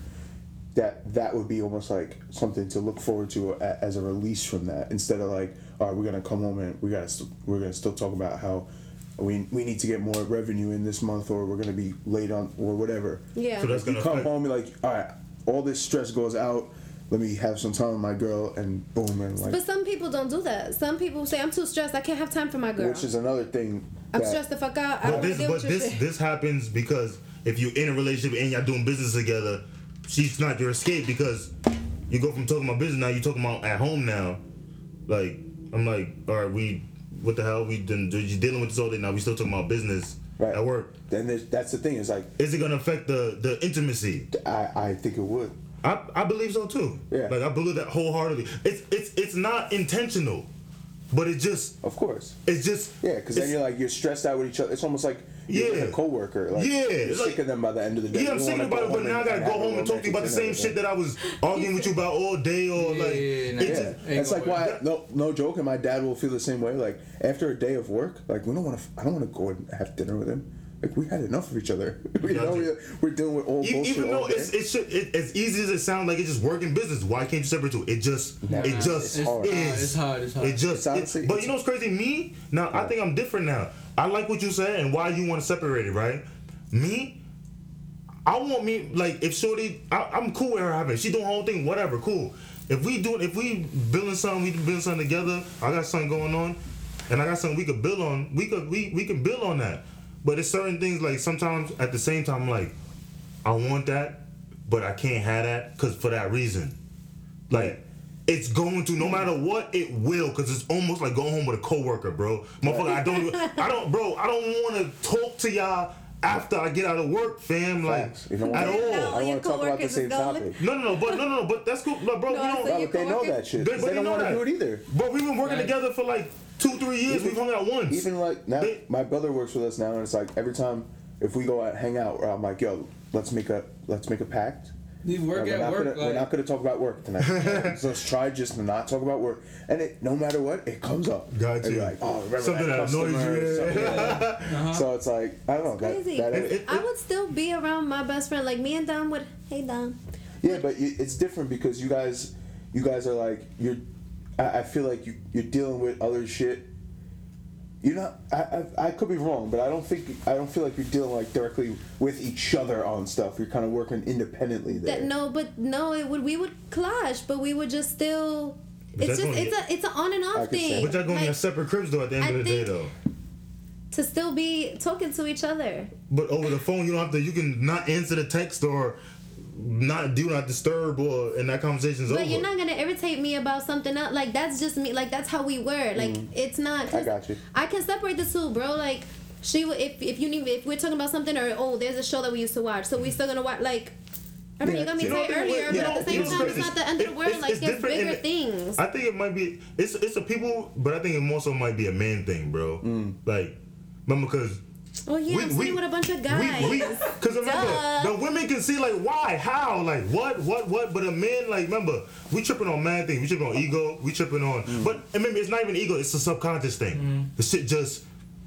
S10: that that would be almost like something to look forward to a, as a release from that instead of like, all right, we're gonna come home and we gotta st- we're gonna still talk about how we we need to get more revenue in this month or we're gonna be late on or whatever.
S7: yeah.
S6: So that's
S10: You
S6: gonna
S10: come
S6: affect-
S10: home and like, all right, all this stress goes out. Let me have some time with my girl, and boom, and like,
S7: but some people don't do that. Some people say I'm too stressed. I can't have time for my girl.
S10: which is another thing.
S7: I'm
S10: that-
S7: stressed the fuck out. I
S6: But
S7: don't
S6: this,
S7: get
S6: but
S7: what you're
S6: this,
S7: saying.
S6: this happens because if you're in a relationship and y'all doing business together, she's not your escape because you go from talking about business now you talking about at home now. Like I'm like, all right, we, what the hell? We done, you dealing with this all day now. We still talking about business
S10: Right.
S6: at work.
S10: Then there's, that's the thing. Is like,
S6: Is it gonna affect the the intimacy?
S10: I I think it would.
S6: I, I believe so too.
S10: Yeah.
S6: Like I believe that wholeheartedly. It's it's it's not intentional, but it just
S10: Of course.
S6: it's just
S10: Yeah, because then
S6: it's-
S10: you're like you're stressed out with each other. It's almost like you're
S6: Yeah.
S10: like a coworker. Like,
S6: Yeah,
S10: you're
S6: it's like-
S10: sick of them by the end of the day.
S6: Yeah, I'm
S10: You
S6: sick
S10: wanna
S6: about it,
S10: go
S6: but
S10: home
S6: now I gotta
S10: and
S6: go
S10: have a
S6: home and talk to you about the same
S10: romantic
S6: shit
S10: dinner
S6: that I was arguing with you about all day or like.
S9: Yeah,
S6: it
S10: and everything.
S9: yeah,
S6: just-
S9: Ain't
S10: Yeah, it's
S9: gonna
S10: like why
S6: work.
S10: no no joke, and my dad will feel the same way. Like after a day of work, like we don't want to. I don't want to go and have dinner with him. Like we had enough of each other. you know, we're, we're dealing with old
S6: E-
S10: bullshit.
S6: Even though
S10: all day.
S6: it's it should it, as easy as it sounds like it's just work and business, why can't you separate two? It just it just
S10: it's hard.
S6: is.
S9: It's hard, it's hard.
S6: It just
S10: It's honestly-
S6: it- but you know what's crazy? Me now I think I'm different now. I like what you said and why you want to separate it, right? Me, I want me like if Shorty, I, I'm cool with her having. it. She doing her own thing, whatever, cool. If we do if we building something, we building something together. I got something going on, and I got something we could build on. We could we we can build on that. But it's certain things like sometimes at the same time, like I want that, but I can't have that because for that reason, like. It's going to no matter what it will, cause it's almost like going home with a coworker, bro. Motherfucker, I don't, even- I don't, bro, I don't want to talk to y'all after I get out of work, fam. Like
S10: Facts. You don't wanna-
S6: at
S10: You
S6: all.
S10: I don't
S7: your
S10: want to talk about the
S7: coworkers is
S10: same
S7: gonna
S10: topic.
S6: No, no, no, but no, no, no, but that's cool, no, bro.
S7: No,
S6: we
S7: I
S6: don't.
S7: said
S10: No,
S7: your
S10: but they know
S7: coworker-
S10: that shit.
S6: They-
S10: 'cause
S6: but
S10: They
S6: they
S10: don't
S6: know
S10: want to
S6: that.
S10: do it either.
S6: But we've been working together for like two, three years.
S10: Even-
S6: We've hung out once.
S10: Even like now,
S6: They-
S10: my brother works with us now, and it's like every time if we go out hang out, I'm like, yo, let's make a let's make a pact.
S9: You work
S10: Like, we're,
S9: at
S10: not
S9: work,
S10: gonna, we're
S9: like-
S10: not gonna talk about work tonight. so let's try just to not talk about work. And it, no matter what, it comes up.
S6: Got
S10: And
S6: you.
S10: you're like, oh, remember
S6: Something that annoys you,
S10: customer,"
S6: yeah.
S10: something like that. So it's like, I don't know. That,
S7: Crazy.
S10: that-
S6: it-
S7: I would still be around my best friend. Like me and Dom would. Hey Dom.
S10: yeah, but you, it's different because you guys, you guys are like you're. I, I feel like you you're dealing with other shit. You're not. I, I I could be wrong, but I don't think I don't feel like you're dealing like directly with each other on stuff. You're kind of working independently there.
S7: That no, but no, it would we would clash, but we would just still.
S6: But
S7: It's
S6: that's
S7: just
S6: only-
S7: it's a it's an on and
S10: I
S7: off
S10: could say-
S7: thing.
S6: but y'all going to
S7: Like,
S6: have separate cribs though. At the end
S7: I
S6: of the day,
S7: think-
S6: though.
S7: to still be talking to each other.
S6: But over the phone, you don't have to. You can not answer the text or not do not disturb or and that conversation's over.
S7: But you're not gonna irritate me about something else. Like that's just me. Like that's how we were. Like it's not. 'cause
S10: Mm. I got you.
S7: I can separate the two, bro. Like she, would- if if you need, if we're talking about something, or oh, there's a show that we used to watch, so we still gonna watch. Like, I mean, you got me
S6: Mm. You know,
S7: tired
S6: I think
S7: earlier,
S6: what- you
S7: but
S6: know,
S7: at the
S6: you
S7: same
S6: know,
S7: time, it's not the end of the
S6: it-
S7: world.
S6: it's-
S7: like
S6: it's
S7: there's
S6: different in
S7: bigger
S6: the-
S7: things.
S6: I think it might be it's it's a people, but I think it more so might be a man thing, bro. Like, remember because.
S7: oh yeah, I'm sitting with a bunch of guys.
S6: Because remember,
S7: Duh.
S6: the women can see like why, how, like what, what, what. But a man, like remember, we tripping on mad things. We tripping on ego. We tripping on. But and remember, it's not even ego. It's a subconscious thing. The shit just.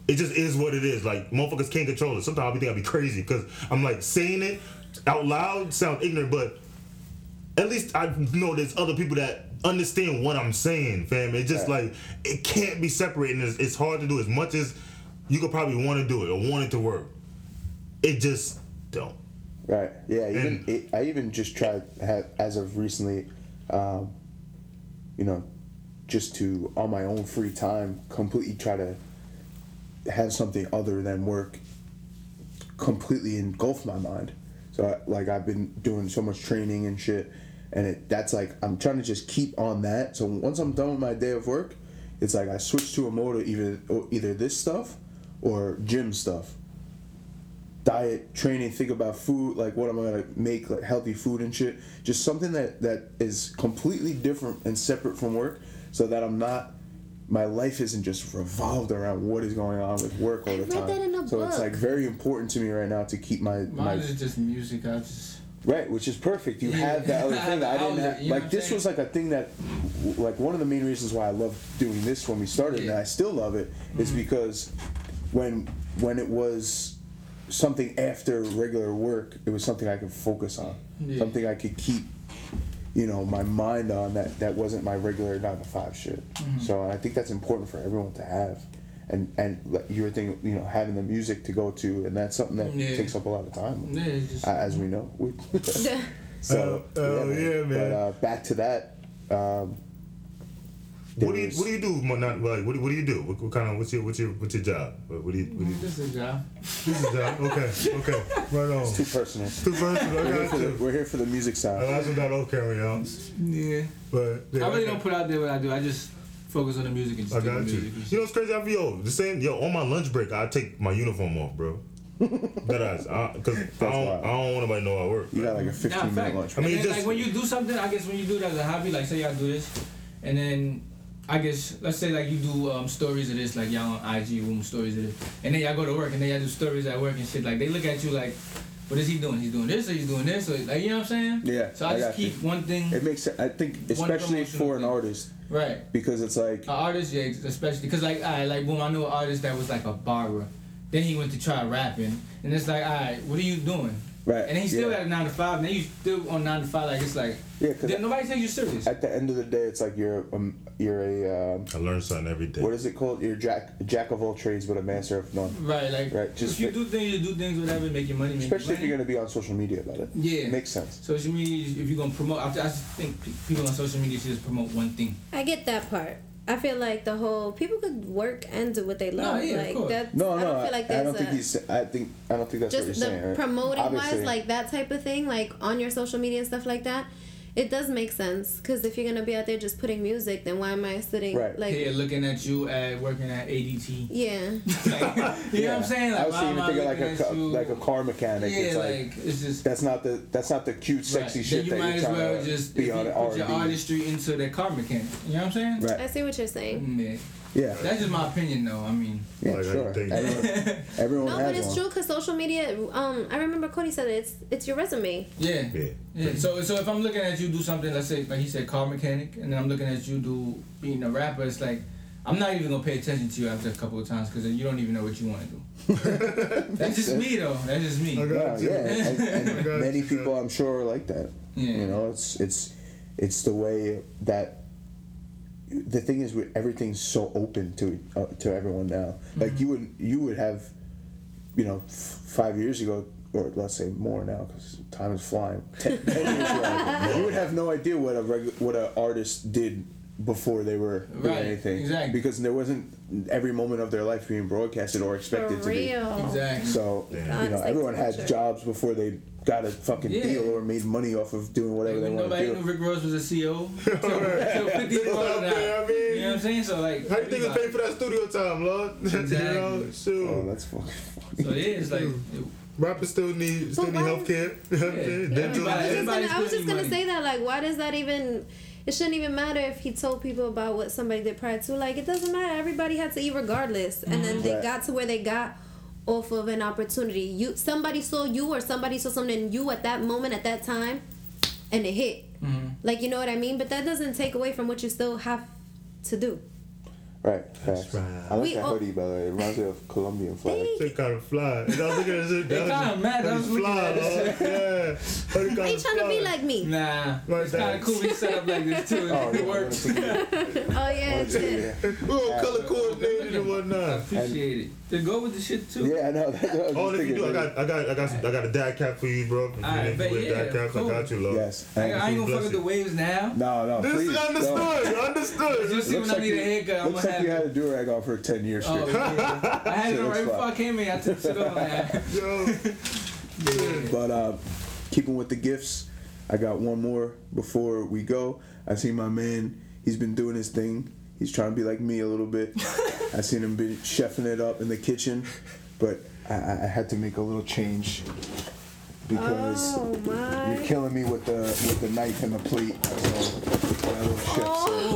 S6: It just is what it is. Like motherfuckers can't control it. Sometimes I be think I be crazy because I'm like saying it out loud sound ignorant, but at least I know there's other people that understand what I'm saying, fam. It's just
S10: Right.
S6: like it can't be separated. and It's, it's hard to do as much as you could probably want to do it or want it to work. It just don't.
S10: Right. Yeah. Even
S6: And-
S10: it, I even just tried ha as of recently, um, you know, just to on my own free time completely try to have something other than work completely engulf my mind. So I, like I've been doing so much training and shit, and it that's like I'm trying to just keep on that. So once I'm done with my day of work, it's like I switch to a mode of either or either this stuff or gym stuff diet, training, think about food, like what am I gonna make, like healthy food and shit. Just something that that is completely different and separate from work, so that I'm not. My life isn't just revolved around what is going on with work all the
S7: read
S10: time.
S7: that in a
S10: so it's
S7: book.
S10: like very important to me right now to keep my
S9: Mine
S10: my
S9: is just music. I just
S10: Right, which is perfect. You have that other
S9: I
S10: thing that I
S9: have
S10: didn't
S9: hours,
S10: have.
S9: you know what
S10: Like
S9: I'm
S10: this
S9: saying?
S10: was like a thing that, like one of the main reasons why I love doing this when we started, and
S9: Yeah. Mm-hmm.
S10: I still love it, is because when when it was something after regular work, it was something I could focus on,
S9: Yeah.
S10: something I could keep, you know, my mind on that that wasn't my regular nine to five shit.
S9: Mm-hmm.
S10: So I think that's important for everyone to have. And, and like, your thing, you know, having the music to go to, and that's something that
S9: Yeah.
S10: takes up a lot of time,
S9: yeah, it's just
S10: a- Uh, as we know. So
S6: Oh, oh, yeah, man.
S10: But uh, back to that. Um,
S6: What do
S10: there
S6: you
S10: was-
S6: What do you do? Well, Not like what, do- what do you do? What, what kind of what's your what's your what's your job? What, what do you what do you
S9: this is a job.
S6: This is job? Okay, okay, right on.
S10: Too personal.
S6: Two verses, I
S10: We're here,
S6: got
S10: for the,
S6: you.
S10: we're here for the music
S6: I
S10: side.
S6: got you, that'll carry on.
S9: Yeah.
S6: But
S9: I really don't put out there what I do. I just focus on the music and just
S6: I
S9: do the
S6: got you.
S9: music. and
S6: You know
S9: shit.
S6: what's crazy? I be yo the same. Yo, on my lunch break, I take my uniform off, bro. that ass, I, cause I don't,
S10: wild.
S6: I don't want nobody to know I work.
S10: You got like a
S9: Nah,
S10: 15 minute
S9: fact.
S10: lunch.
S6: I mean,
S9: and then,
S6: just-
S9: like when you do something, I guess when you do it as a hobby, like say y'all do this, and then I guess let's say like you do um, stories of this, like y'all on IG room stories of this, and then y'all go to work and then y'all do stories at work and shit. Like they look at you like, what is he doing? He's doing this or he's doing this or like you know what I'm saying?
S10: Yeah,
S9: So I,
S10: I
S9: just
S10: got you.
S9: keep one thing
S10: It makes sense. I think, especially
S9: promotional
S10: for an
S9: thing.
S10: artist,
S9: right.
S10: because it's like,
S9: An artist, yeah, especially because like I like when I knew an artist that was like a barber, then he went to try rapping, and it's like, all right, what are you doing?
S10: Right,
S9: And he's still
S10: yeah.
S9: at a nine to five, and then you still on nine to five, like it's like,
S10: Yeah, 'cause
S9: then nobody takes you serious.
S10: at the end of the day, it's like you're um, you're a um,
S6: I learn something every day.
S10: what is it called? You're jack jack of all trades, but a master of none.
S9: right, like
S10: Right, just
S9: if you
S10: make-
S9: do things, you do things, whatever, make your money, make
S10: Especially if
S9: your money.
S10: you're gonna be on social media about it.
S9: Yeah.
S10: makes sense.
S9: so to me, if you're gonna promote, I, I just think pe- people on social media should just promote one thing.
S7: I get that part. I feel like the whole people could work and do what they
S9: No,
S7: love.
S9: yeah, of
S7: like
S9: course.
S7: that.
S10: No,
S7: I
S10: no, I
S7: don't feel
S10: don't,
S7: like there's a,
S10: think he's. I think I don't think that's what
S7: just
S10: you're
S7: the
S10: saying. Right?
S7: promoting
S10: Obviously.
S7: wise, like that type of thing, like on your social media and stuff like that. It does make sense because if you're gonna be out there just putting music, then why am I sitting
S10: Right.
S7: like
S9: Here, looking at you at working at ADT.
S7: yeah?
S9: like, you know what I'm saying?
S10: I was
S9: why
S10: even
S9: am
S10: thinking like
S9: looking
S10: a
S9: at
S10: ca-
S9: you?
S10: like a car mechanic.
S9: Yeah,
S10: it's like,
S9: like it's just.
S10: that's not the that's not the cute sexy
S9: Right.
S10: shit
S9: then you
S10: that
S9: might
S10: you're
S9: as
S10: trying
S9: well
S10: to
S9: just if
S10: be
S9: you
S10: on
S9: put
S10: R
S9: your
S10: and
S9: artistry into that car mechanic. You know what I'm saying?
S10: Right.
S7: I see what you're saying.
S9: Yeah.
S10: Yeah,
S9: That's just my opinion, though. I mean,
S10: yeah,
S6: Like, I
S10: sure.
S6: think-
S10: Everyone, everyone
S7: No,
S10: Mm-hmm. has
S7: but it's
S10: one.
S7: true because social media. Um, I remember Cody said it, it's it's your resume.
S9: yeah.
S6: Yeah.
S9: Yeah. So, so if I'm looking at you do something, let's say like he said car mechanic, and then I'm looking at you do being a rapper, it's like I'm not even gonna pay attention to you after a couple of times because you don't even know what you want to do. That's just me, though. That's just me.
S6: Okay.
S10: Yeah, yeah, and, and
S6: got
S10: many
S6: you.
S10: people I'm sure are like that.
S9: Yeah.
S10: You know, it's it's it's the way that the thing is with everything's so open to uh, to everyone now.
S9: Mm-hmm.
S10: Like you would you would have, you know, f- five years ago. Or let's say more now, because time is flying. Ten, 10 years ago, you would have no idea what a regu- what an artist did before they were doing
S9: Right,
S10: anything,
S9: exactly.
S10: because there wasn't every moment of their life being broadcasted or
S7: For
S10: expected to be.
S7: real.
S9: Exactly.
S10: So you
S7: Sounds
S10: know,
S7: like
S10: everyone had
S7: torture.
S10: jobs before they got a fucking
S9: Yeah.
S10: deal or made money off of doing whatever they
S9: When
S10: want to
S9: nobody knew
S10: do.
S9: Rick Ross was a CEO. till- till 50 brought it out.
S6: Yeah, I mean-
S9: You know what I'm saying? So like,
S6: How you think it's paid for that studio time, Lord? you know,
S9: Exactly.
S6: shoot.
S10: Oh, that's fucking.
S9: So it is like.
S6: Rappers still need still
S7: But
S6: need
S7: why-
S6: health care. Dental.
S9: Everybody-
S7: I was just
S9: Everybody's
S7: gonna, I was just
S9: spending
S7: gonna say
S9: money.
S7: that. Like, why does that even? It shouldn't even matter if he told people about what somebody did prior to. Like, it doesn't matter. Everybody had to eat regardless, and then they
S10: Mm-hmm. Right.
S7: got to where they got off of an opportunity. You, somebody saw you, or somebody saw something in you at that moment, at that time, and it hit.
S9: Mm-hmm.
S7: Like, you know what I mean? But that doesn't take away from what you still have to do.
S10: Right. Facts.
S6: right.
S10: I like
S7: We
S10: that
S7: all-
S10: hoodie by the way. It reminds me of Colombian flag.
S6: They kind of fly. And I was looking at this.
S9: They kinda mad, I was looking
S6: Lord.
S9: at
S6: Yeah. They kinda
S7: Ain't trying to
S6: fly.
S7: be like me.
S9: Nah,
S6: Like
S9: it's
S6: that.
S9: kind of cool. We set up like this too.
S10: Oh, yeah,
S9: it works.
S10: I'm gonna take
S7: Oh yeah, it's it.
S10: it.
S6: We all color coordinated and whatnot.
S9: Appreciate it. To go with the shit too.
S10: yeah, I know. That's what I was
S6: Oh, and if you
S10: thinking.
S6: do, I got, I got, I got, I got a dad cap for you, bro. If you
S9: All right,
S6: need to
S9: bet,
S6: wear
S9: yeah,
S6: dad caps,
S9: cool.
S6: I got you, love.
S10: Yes.
S9: Like, I ain't gonna fuck
S6: Bless
S9: with the
S6: you.
S9: waves now.
S10: No, no.
S6: This
S10: please.
S6: is
S10: don't.
S6: understood. Understood.
S9: Just see
S10: Looks
S9: when I
S10: like
S9: need a
S10: you,
S9: haircut, I'm
S10: looks like
S9: gonna have.
S10: you had
S9: it.
S10: a do rag on for ten years straight.
S9: Oh, yeah. I had it
S10: Shit
S9: right
S10: looks
S9: before
S10: fly.
S9: I came here. I took shit off. and I-
S6: Yo.
S10: But uh, keeping with the gifts, I got one more before we go. I seen my man. He's been doing his thing. He's trying to be like me a little bit. I seen him be chefing it up in the kitchen, but I, I I had to make a little change because
S7: Oh
S10: you're
S7: my.
S10: killing me with the with the knife and the plate. So, that little chef, so-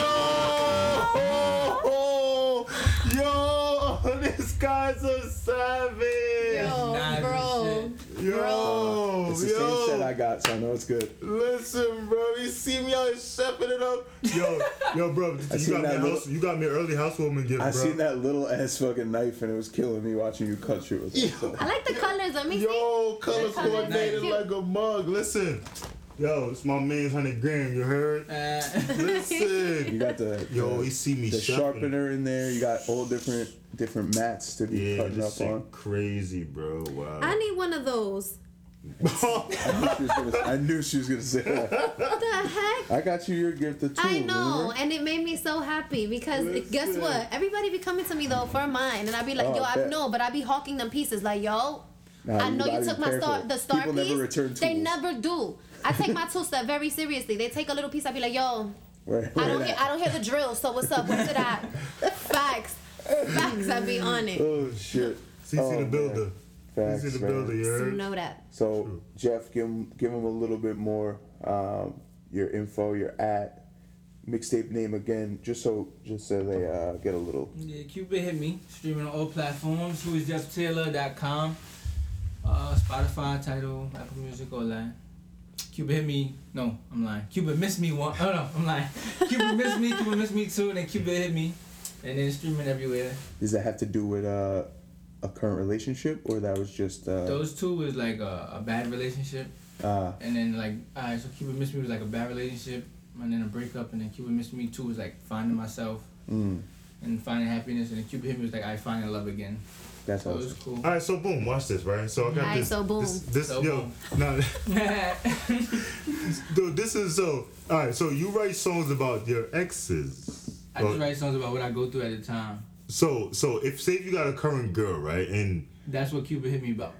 S7: Oh,
S6: Yo! Yo! This guy's a savage!
S7: Yo,
S9: Nah,
S7: bro.
S6: Yo!
S10: It's the same set I got, so I know it's good.
S6: Listen, bro, you see me out here chefing it up. Yo, yo, bro, you
S10: seen
S6: got, me
S10: that
S6: a
S10: little-
S6: house, you got me an early housewarming gift,
S10: I
S6: bro.
S10: seen that little ass fucking knife and it was killing me watching you cut through it. So,
S7: I like the colors. Let me see.
S6: Yo, color
S7: color
S6: coordinated
S7: nice.
S6: like a mug. Listen, yo, it's my man's hundred grand. You heard?
S9: Uh,
S10: you
S6: Listen,
S10: got the
S6: yo,
S10: the,
S6: you see me
S10: the
S6: chefing.
S10: sharpener in there. You got all different different mats to be
S6: Yeah,
S10: cutting
S6: this
S10: up
S6: shit
S10: on.
S6: crazy, bro. Wow.
S7: I need one of those.
S10: Oh, She was gonna- I knew she was gonna say that.
S7: What the heck?
S10: I got you your gift of two.
S7: I know,
S10: remember?
S7: and it made me so happy because
S6: Listen.
S7: guess what? Everybody be coming to me though for mine, and I'd be like,
S10: Oh,
S7: yo,
S10: I
S7: I
S10: bet.
S7: know, but I'd be hawking them pieces like, yo,
S10: Nah,
S7: I know
S10: gotta
S7: you
S10: be
S7: took my
S10: careful.
S7: star, the star
S10: People
S7: piece.
S10: never return tools.
S7: They never do. I take my two step very seriously. They take a little piece. I'd be like, yo,
S10: Where-
S7: I
S10: where
S7: don't
S10: that-
S7: hear, I don't hear the drill. So what's up? What's it at? Facts, facts. I'd be on it.
S10: Oh shit.
S6: CC
S10: Oh,
S6: the
S10: man.
S6: builder.
S10: Facts,
S6: CC the
S10: man.
S6: builder. You
S7: So
S6: heard?
S7: know that.
S10: So Jeff, give him give him a little bit more um, your info, your at mixtape name again, just so just so they uh, get a little.
S9: yeah, Cupid hit me. Streaming on all platforms. Who is JeffTaylor.com. Uh, Spotify, title, Apple Music, all that. Cupid hit me. No, I'm lying. Cupid missed me one. Oh no, I'm lying. Cupid missed me. Cupid missed me too, and then Cupid hit me. And then streaming everywhere.
S10: Does that have to do with uh, a current relationship, or that was just uh,
S9: Those two was like a, a bad relationship.
S10: uh,
S9: And then like I so Cupid Miss Me was like a bad relationship and then a breakup and then Cupid Miss Me too was like finding myself
S10: mm,
S9: and finding happiness and then Cupid Hit Me was like I finding love again.
S10: that's
S9: So it was
S10: awesome.
S9: cool.
S6: All right, so boom, watch this, right? So I got
S7: All right,
S6: this.
S7: so boom.
S6: This, this
S9: So
S6: yo, nah, dude, this is so. All right, so you write songs about your exes.
S9: I just write songs about what I go through at the time.
S6: So, so if say if you got a current girl, right, and
S9: That's what Cupid hit me about.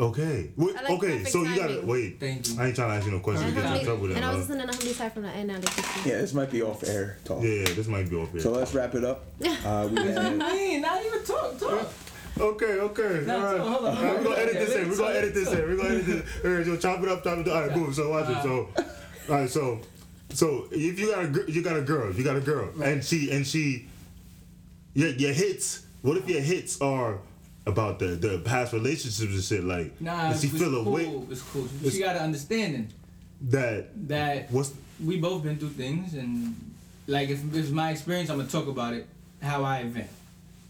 S6: okay, wait,
S7: I like
S6: okay,
S7: perfect
S6: so you gotta
S7: timing.
S6: wait.
S9: Thank you.
S6: I ain't trying to ask you no questions to get you in trouble.
S7: Uh-huh.
S6: Then,
S7: And I was
S6: bro.
S7: listening to Humbly Side from the end. Now they can see.
S10: Yeah, this might be off air talk.
S6: yeah, yeah, this might be off here.
S10: So let's wrap it up. Uh, we had,
S9: Hey, not even talk, talk.
S6: Okay, okay.
S9: Nah,
S6: all right.
S9: hold on, hold on.
S6: All right, we're gonna edit this
S9: Yeah,
S6: in. We're gonna edit this in. We're gonna edit this. All right, so chop it up, chop it up. All right, boom. So watch it. So, all right, so, so if you got a gir- you got a girl, you got a girl, and she and she, your your hits. What if your hits are about the the past relationships and shit? Like,
S9: Nah,
S6: does she
S9: it's,
S6: feel
S9: cool.
S6: a weight
S9: it's cool. She
S6: It's-
S9: got an understanding
S6: that
S9: that
S6: what's
S9: we both been through things and like if it's my experience I'm gonna talk about it how I event.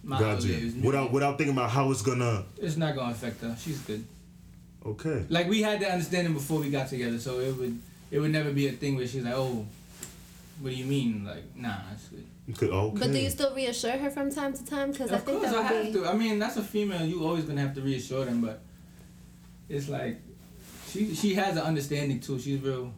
S9: My
S6: got
S9: outlet
S6: you
S9: is me.
S6: without without thinking about how it's gonna.
S9: It's not gonna affect her. She's good.
S6: Okay.
S9: Like we had that understanding before we got together, so it would it would never be a thing where she's like, oh, what do you mean? Like, nah, that's good.
S6: Okay. okay.
S7: But do you still reassure her from time to time? Because I
S9: Of
S7: think
S9: course,
S7: that
S9: I
S7: would
S9: have
S7: be.
S9: to. I mean, that's a female. You always gonna have to reassure them, but it's like she she has an understanding too. She's real.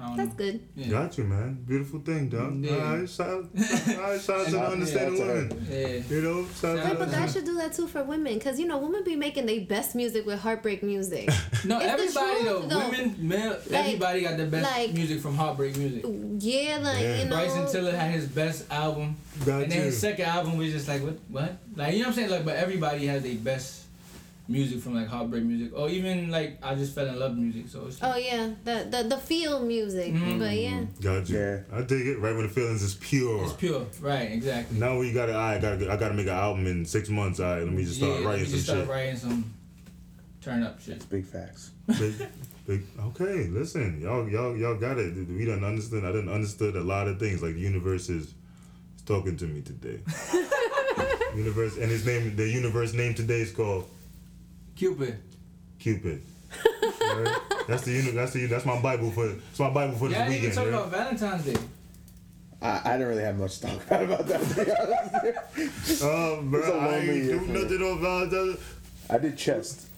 S9: I don't
S7: That's
S9: know.
S7: good.
S9: Yeah.
S6: Got you, man. Beautiful thing, dog.
S9: Yeah.
S6: All right, shout, all right, shout out to the
S10: Yeah,
S6: understanding
S10: that's a-
S6: women.
S9: Yeah.
S6: You know, shout
S9: Wait,
S6: out
S7: Wait,
S6: to
S7: but guys should do that too for women, cause you know women be making their best music with heartbreak music.
S9: No,
S7: It's the
S9: everybody
S7: truth,
S9: though,
S7: though.
S9: Women, male, everybody got the best
S7: like-
S9: music from heartbreak music.
S7: yeah, like
S6: Yeah.
S7: you know.
S9: Bryson Tiller had his best album.
S6: Got
S9: and then his
S6: you.
S9: second album was just like what what like you know what I'm saying like but everybody has their best music from like heartbreak music or even like I just fell in love music so it's
S7: Oh yeah, the the, the feel music.
S9: Mm.
S7: But yeah,
S6: Got you.
S10: Yeah.
S6: I dig it. Right when the feelings is pure.
S9: it's pure right exactly
S6: Now we got to. I got. to I got to make an album in six months. All right, let me just start
S9: yeah,
S6: writing
S9: you
S6: some
S9: just start
S6: shit.
S9: writing some turn up shit
S10: big facts.
S6: Big- big- okay, listen, y'all, y'all, y'all got it. We didn't understand. I didn't understood a lot of things. Like the universe is, is talking to me today. universe and his name. The universe name today is called
S9: Cupid
S6: Cupid. Alright? That's the uni- That's the. That's my bible for. It's my bible for this
S9: yeah I didn't even
S6: weekend.
S9: talk
S6: right?
S9: about Valentine's Day
S10: I, I didn't really have much to talk about, about that. to be honest with you.
S6: Oh,
S10: It's a
S6: bro, I
S10: lonely
S6: ain't
S10: year
S6: do
S10: for me.
S6: nothing on Valentine's.
S10: I did chest.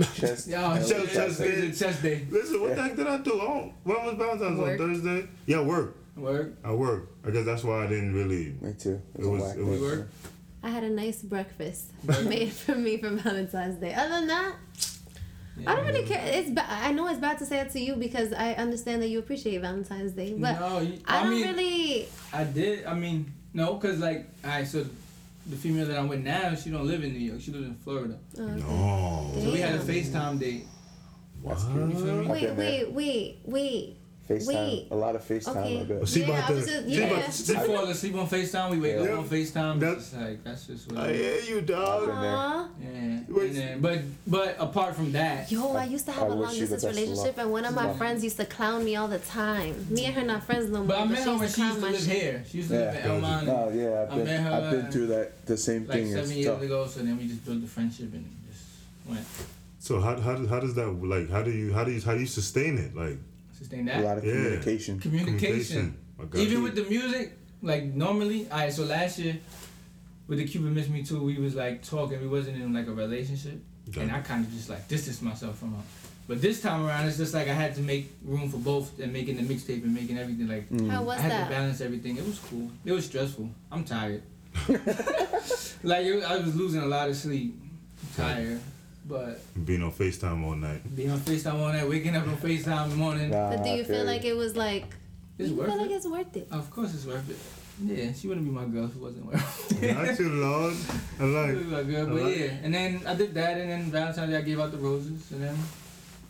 S10: Chest.
S9: yeah
S10: I
S9: it's
S10: did
S9: just,
S6: chest- chest day.
S9: chest day
S6: Listen, what the heck did I do? I don't, when was Valentine's
S7: Work.
S6: on Thursday? Yeah, work.
S9: work
S6: I work. I guess that's why I didn't really.
S10: Me too.
S6: It was-
S10: a whack
S6: it was-
S10: day.
S9: work
S7: I had a nice breakfast made for me for Valentine's Day. Other than that, I don't really care. It's ba- I know it's bad to say it to you because I understand that you appreciate Valentine's Day, but
S9: No, you-
S7: I,
S9: I
S7: don't
S9: mean-
S7: really.
S9: I did I mean no cause like alright so the female that I'm with now, she don't live in New York. She lives in Florida.
S6: No.
S9: So we had a FaceTime date.
S10: That's cute.
S9: You feel me?
S7: Wait,
S10: been there.
S7: wait, wait, wait.
S10: FaceTime.
S7: Wait.
S10: A lot of FaceTime.
S7: Okay.
S10: I bet.
S6: She
S7: Yeah,
S6: about
S7: I
S6: to.
S7: was just-
S6: she about
S7: yeah.
S6: to-
S9: We fall asleep on FaceTime. We wake
S10: Yeah.
S9: up on FaceTime.
S6: That-
S9: It's just like that's just what.
S6: I
S9: it is.
S6: hear you, dog.
S10: Been there.
S9: Yeah. And then, but but apart from that,
S7: Yo, I used to have
S10: I
S7: a
S10: wish
S7: long
S10: you the
S7: distance
S10: best of
S7: relationship,
S10: luck.
S7: and one of my
S10: Luck.
S7: friends used to clown me all the time. Me and her not friends no more.
S9: but I met her when she used
S7: clown
S9: to
S7: my
S9: live
S7: shit.
S9: here. She used to
S10: Yeah.
S9: live in Elmont.
S10: No, Oh, yeah,
S9: I
S10: I've been,
S9: met her,
S10: I've
S9: uh,
S10: been through that the same
S9: like
S10: thing.
S9: seven
S10: it's
S9: years
S10: tough.
S9: ago. So then we just built a friendship and just went
S6: So how, how how does that like? How do you how do you how do you sustain it? Like
S9: sustain
S10: A
S9: that
S10: lot of
S6: Yeah.
S10: communication.
S9: communication.
S6: I got
S9: Even
S6: you.
S9: with the music, like normally, all right. So last year, with the Cuban Miss Me Too, we was like talking. We wasn't in like a relationship,
S6: Got
S9: and
S6: it.
S9: I kind of just like distanced myself from her. But this time around, it's just like I had to make room for both and making the mixtape and making everything like
S10: Mm.
S7: How was
S9: I had
S7: that?
S9: to balance everything. It was cool. It was stressful. I'm tired. like it, I was losing a lot of sleep. I'm tired, but
S6: being on Facetime all night.
S9: being on Facetime all night, waking up on Facetime in the morning,
S10: Nah,
S7: But do
S10: I
S7: you feel
S10: you.
S7: like it was like?
S9: It's
S7: you
S9: worth
S7: feel like
S9: it.
S7: it's worth it.
S9: Of course, it's worth it. Yeah, she wouldn't be my girl if it wasn't worth it.
S6: Not too long. I
S9: She
S6: like.
S9: wouldn't be my girl,
S6: I
S9: but
S6: like-
S9: yeah. And then I did that, and then Valentine's Day I gave out the roses, and then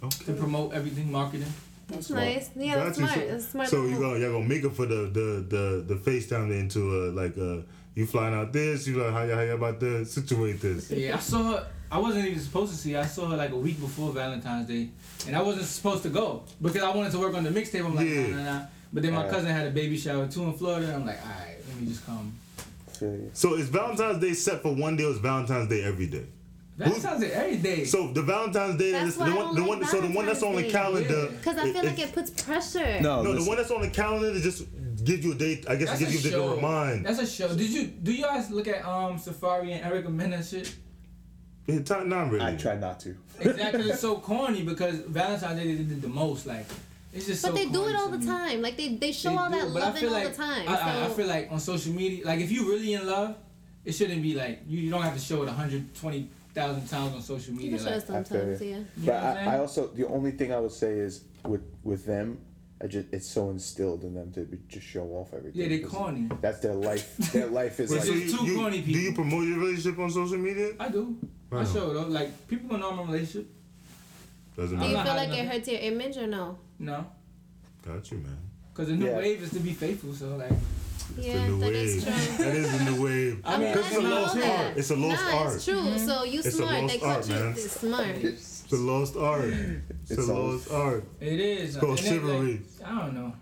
S9: to
S6: Okay.
S9: promote everything marketing.
S7: That's nice. Yeah, that's
S6: Got you.
S7: smart. That's smart.
S6: So you
S7: move.
S6: gonna y'all gonna make up for the the the, the FaceTime into a like a you flying out this you like how y'all, how y'all about to situate this.
S9: Yeah, I saw her. I wasn't even supposed to see her. I saw her like a week before Valentine's Day, and I wasn't supposed to go because I wanted to work on the mixtape. I'm like,
S6: Yeah.
S9: nah, nah, nah. But then my
S10: Yeah.
S9: cousin had a baby shower too in Florida. and I'm like, all right, let me just come.
S10: Feel you.
S6: So is Valentine's Day set for one day or is Valentine's Day every day?
S9: Valentine's Day every day.
S6: So the Valentine's Day
S7: That's
S6: is the
S7: why I
S6: one
S7: don't
S6: the
S7: like
S6: one so the one that's on the
S7: Valentine's
S9: Day.
S6: calendar.
S7: Because I feel like it puts pressure.
S10: No,
S6: No, the
S10: listen,
S6: one that's on the calendar that just gives you a date. I guess it gives you a to remind.
S9: That's a show. Did you do you guys look at um Safari and Erica Mena shit?
S6: Yeah, time, not really.
S10: I try not to.
S9: Exactly. it's so corny because Valentine's Day they did the most. Like it's just.
S7: But
S9: so
S7: they do
S9: corny
S7: it all
S9: to
S7: the
S9: me.
S7: time. Like they, they show
S9: They
S7: all
S9: do,
S7: that
S9: but I
S7: loving
S9: feel
S7: all
S9: like-
S7: the time.
S9: I, I- I
S7: so
S9: feel like on social media, like if you really in love, it shouldn't be like you, you don't have to show it 120,000 times on social
S7: you
S9: media.
S7: can show it
S9: Like,
S10: I feel
S7: sometimes.
S10: you.
S7: Yeah.
S9: know
S10: But
S9: what I'm
S10: I, I
S9: saying?
S10: also the only thing I would say is with with them, I just it's so instilled in them to be, just show off everything.
S9: Yeah, they
S10: 'cause
S9: corny.
S10: That's their life. Their life is
S6: Wait,
S10: like
S6: so
S9: It's
S6: you,
S9: two
S6: you-
S9: corny
S6: Do you
S9: people.
S6: promote your relationship on social media?
S9: I do.
S6: Wow.
S9: I show it up. Like people gonna know I'm in a relationship.
S6: Doesn't
S7: Do you
S6: matter.
S9: not
S7: feel
S9: hiding
S7: like it
S9: nothing.
S7: hurts your image or no?
S9: No,
S6: Got you, man.
S9: because the new
S10: Yeah.
S9: wave is to be faithful. So like,
S7: Yeah,
S6: the new
S7: that
S6: wave.
S7: is true.
S6: That is the new wave.
S9: I mean,
S6: Because
S9: I
S6: it's a
S9: know
S6: lost
S9: that.
S6: art. It's a lost
S7: nah,
S6: art.
S7: It's true. So you
S6: It's a
S7: smart.
S6: lost
S7: They
S6: art,
S7: cut you
S6: man.
S7: it's smart.
S6: It's a lost art. It's,
S10: It's a-
S6: a lost art.
S9: it is. It's
S6: called chivalry.
S9: I don't know.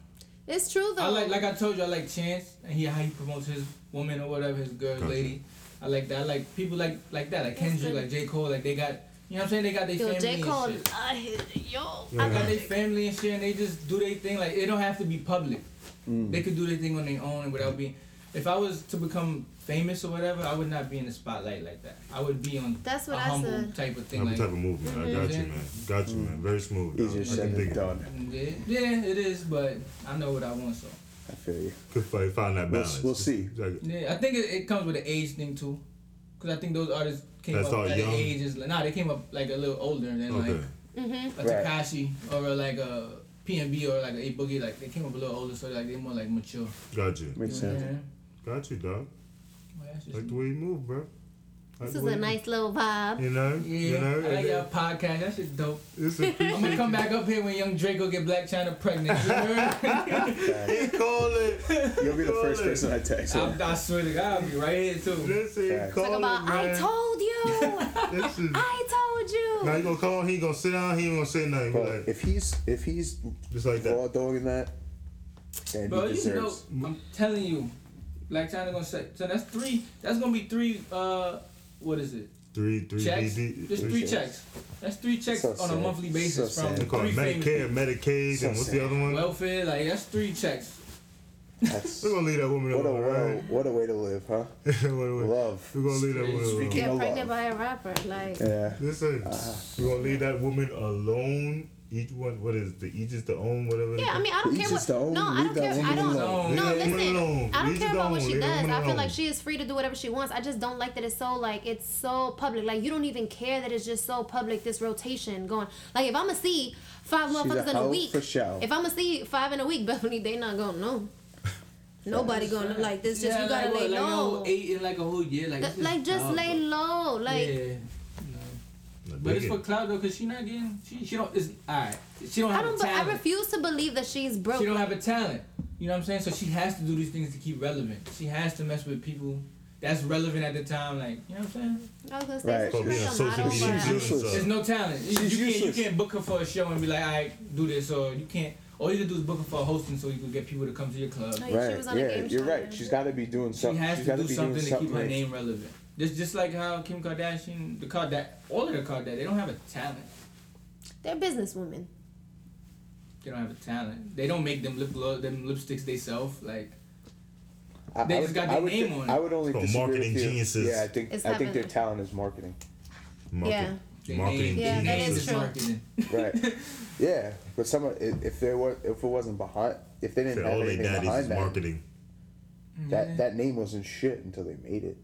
S7: It's true though.
S9: I like, like I told you, I like Chance and he how he promotes his woman or whatever, his girl,
S6: Gotcha.
S9: lady. I like that. I like people like like that, like Kendrick, like J Cole, like they got. You know what I'm saying? They got their
S7: Yo,
S9: family
S7: J. Cole,
S9: and shit.
S7: I hit it, yo.
S9: I got
S6: Yeah.
S9: their family and shit, and they just do their thing. Like it don't have to be public.
S6: Mm.
S9: They could do their thing on their own and without being. If I was to become famous or whatever, I would not be in the spotlight like that. I would be on
S7: That's what
S9: a
S7: I
S9: humble
S7: said.
S9: type of thing.
S6: Every
S9: Like,
S6: type of movement. I got you,
S9: Mhm.
S6: man. Got you, man. Very smooth.
S10: easier said than done.
S9: yeah, yeah, it is, but I know what I want, so
S10: I feel you.
S6: Could fi- find that
S10: We'll-
S6: balance.
S10: we'll see.
S6: Like,
S9: yeah, I think it, it comes with the age thing too, because I think those artists came
S6: That's all
S9: up at the
S6: young?
S9: ages. Nah, they came up like a little older than
S6: okay.
S9: like a
S10: Right.
S9: Takashi or like uh, a PNB or like a A Boogie. Like they came up a little older, so like they more like mature.
S6: Got you.
S10: Makes sense.
S9: Yeah.
S6: Got you, dog.
S9: Well, that's just
S6: Like the way you move, bro. Like
S7: This
S6: the
S7: is
S6: way
S7: a
S6: you-
S7: nice little vibe.
S6: You know,
S9: Yeah,
S6: you know,
S9: I like
S6: and
S9: y'all
S6: it-
S9: podcast. That shit dope.
S6: it's
S9: I'm gonna
S6: appreciated.
S9: come back up here when Young Draco get Black China pregnant. You heard?
S6: He call it.
S10: You'll be the first
S6: Totally.
S10: person I text.
S9: I, I swear to God, I'll be right here too.
S6: Listen, he
S10: Facts.
S6: call
S7: Talk about,
S6: it,
S7: I
S6: man.
S7: told you.
S6: This is.
S7: I told you.
S6: Now you gonna call? He ain't gonna sit down. He ain't gonna say nothing. He
S10: But
S6: Like,
S10: if he's if he's
S6: just like
S10: raw
S6: that.
S10: dogging that, and he
S9: Bro, you know,
S10: deserves.
S9: I'm telling you, Black China gonna say. So that's three. That's gonna be three. Uh, what is it?
S6: Three, three,
S9: Checks.
S6: DD
S9: Just three checks. That's three checks
S10: So
S9: on a
S10: sad.
S9: monthly basis
S10: So
S9: from
S10: sad.
S6: They call
S9: three
S6: it
S9: famous
S6: Medicare, Medicaid,
S10: So
S6: and what's
S10: sad.
S6: the other one?
S9: welfare. Like that's three checks.
S10: That's,
S6: We're
S10: what
S6: gonna leave that woman
S10: a
S6: alone,
S10: world,
S6: right?
S10: what a way to live, huh?
S6: We're
S10: Love.
S6: gonna leave that woman alone.
S10: Speaking
S7: Get
S10: of love.
S7: pregnant by a rapper. Like,
S10: Yeah.
S6: Listen,
S10: Ah.
S6: we're gonna leave that woman alone. Each one, what is the each is the own, whatever. they
S7: yeah, I
S6: call-
S7: mean, I don't
S10: Each
S7: care
S10: is
S7: what.
S10: their own.
S7: No, I
S10: Leave
S7: don't
S10: that
S7: care. I
S10: woman
S7: don't.
S9: alone.
S7: No,
S6: Leave that woman alone.
S7: listen. I don't
S6: Leave
S7: care about what
S6: that
S7: she
S6: woman
S7: does. I feel
S6: alone.
S7: like she is free to do whatever she wants. I just don't like that it's so like it's so public. Like you don't even care that it's just so public. This rotation going. Like if I'ma see five
S10: She's a
S7: motherfuckers in a
S10: hoe
S7: week,
S10: for show.
S7: if I'ma see five in a week, Beverly, they not gonna know. Nobody gonna like this. Just you gotta
S9: like,
S7: lay
S9: what, like a
S7: low.
S9: whole eight in like a whole year, like
S7: Th-
S9: this is
S7: like just
S9: wild,
S7: lay
S9: bro.
S7: low. Like
S9: yeah. But it's for cloud though, cause she not getting. She she don't. It's all right. She don't
S7: I
S9: have
S7: don't.
S9: a
S7: be- I
S9: talent.
S7: refuse to believe that she's broke.
S9: she don't have a talent. You know what I'm saying? So she has to do these things to keep relevant. She has to mess with people that's relevant at the time. Like you know what I'm saying?
S7: I was gonna say
S10: Right.
S7: so
S6: But
S7: she's
S6: being
S7: like a
S6: social
S7: model,
S6: media
S7: but-
S10: useless.
S6: influencer.
S9: There's no talent.
S10: She's
S9: You, you can't
S10: useless.
S9: you can't book her for a show and be like, all right, do this, or you can't. All you can do is book her for hosting, so you can get people to come to your club.
S7: Like,
S10: Right.
S7: She was on
S10: yeah,
S7: a game
S10: you're
S7: show.
S10: right. She's got to be doing
S9: She
S10: something.
S9: has
S10: She's
S9: to
S10: got
S9: do
S10: be
S9: something
S10: doing
S9: to
S10: something.
S9: keep her name relevant. Just just like how Kim Kardashian, the Kardashian, all of the Kardashians, they don't have a talent.
S7: They're businesswomen.
S9: They don't have a talent. They don't make them lip gloss, them lipsticks they self. Like
S10: I- I
S9: They just
S10: would-
S9: got
S10: I
S9: their
S10: would
S9: name
S10: thi-
S9: on it.
S10: I would only
S6: So
S10: disagree
S6: marketing
S10: with you.
S6: geniuses.
S10: Yeah, I think
S7: It's
S10: I think their
S7: happening.
S10: talent is marketing.
S6: Market-
S9: they
S6: Marketing
S9: name,
S7: Yeah, that
S9: name
S7: is
S6: geniuses.
S7: true.
S9: marketing.
S10: Right. yeah, but someone i- if there was if it wasn't behind if they didn't
S6: Said
S10: have
S6: All they
S10: anything
S6: daddies is
S10: behind that,
S6: marketing.
S10: that that name wasn't shit until they made it.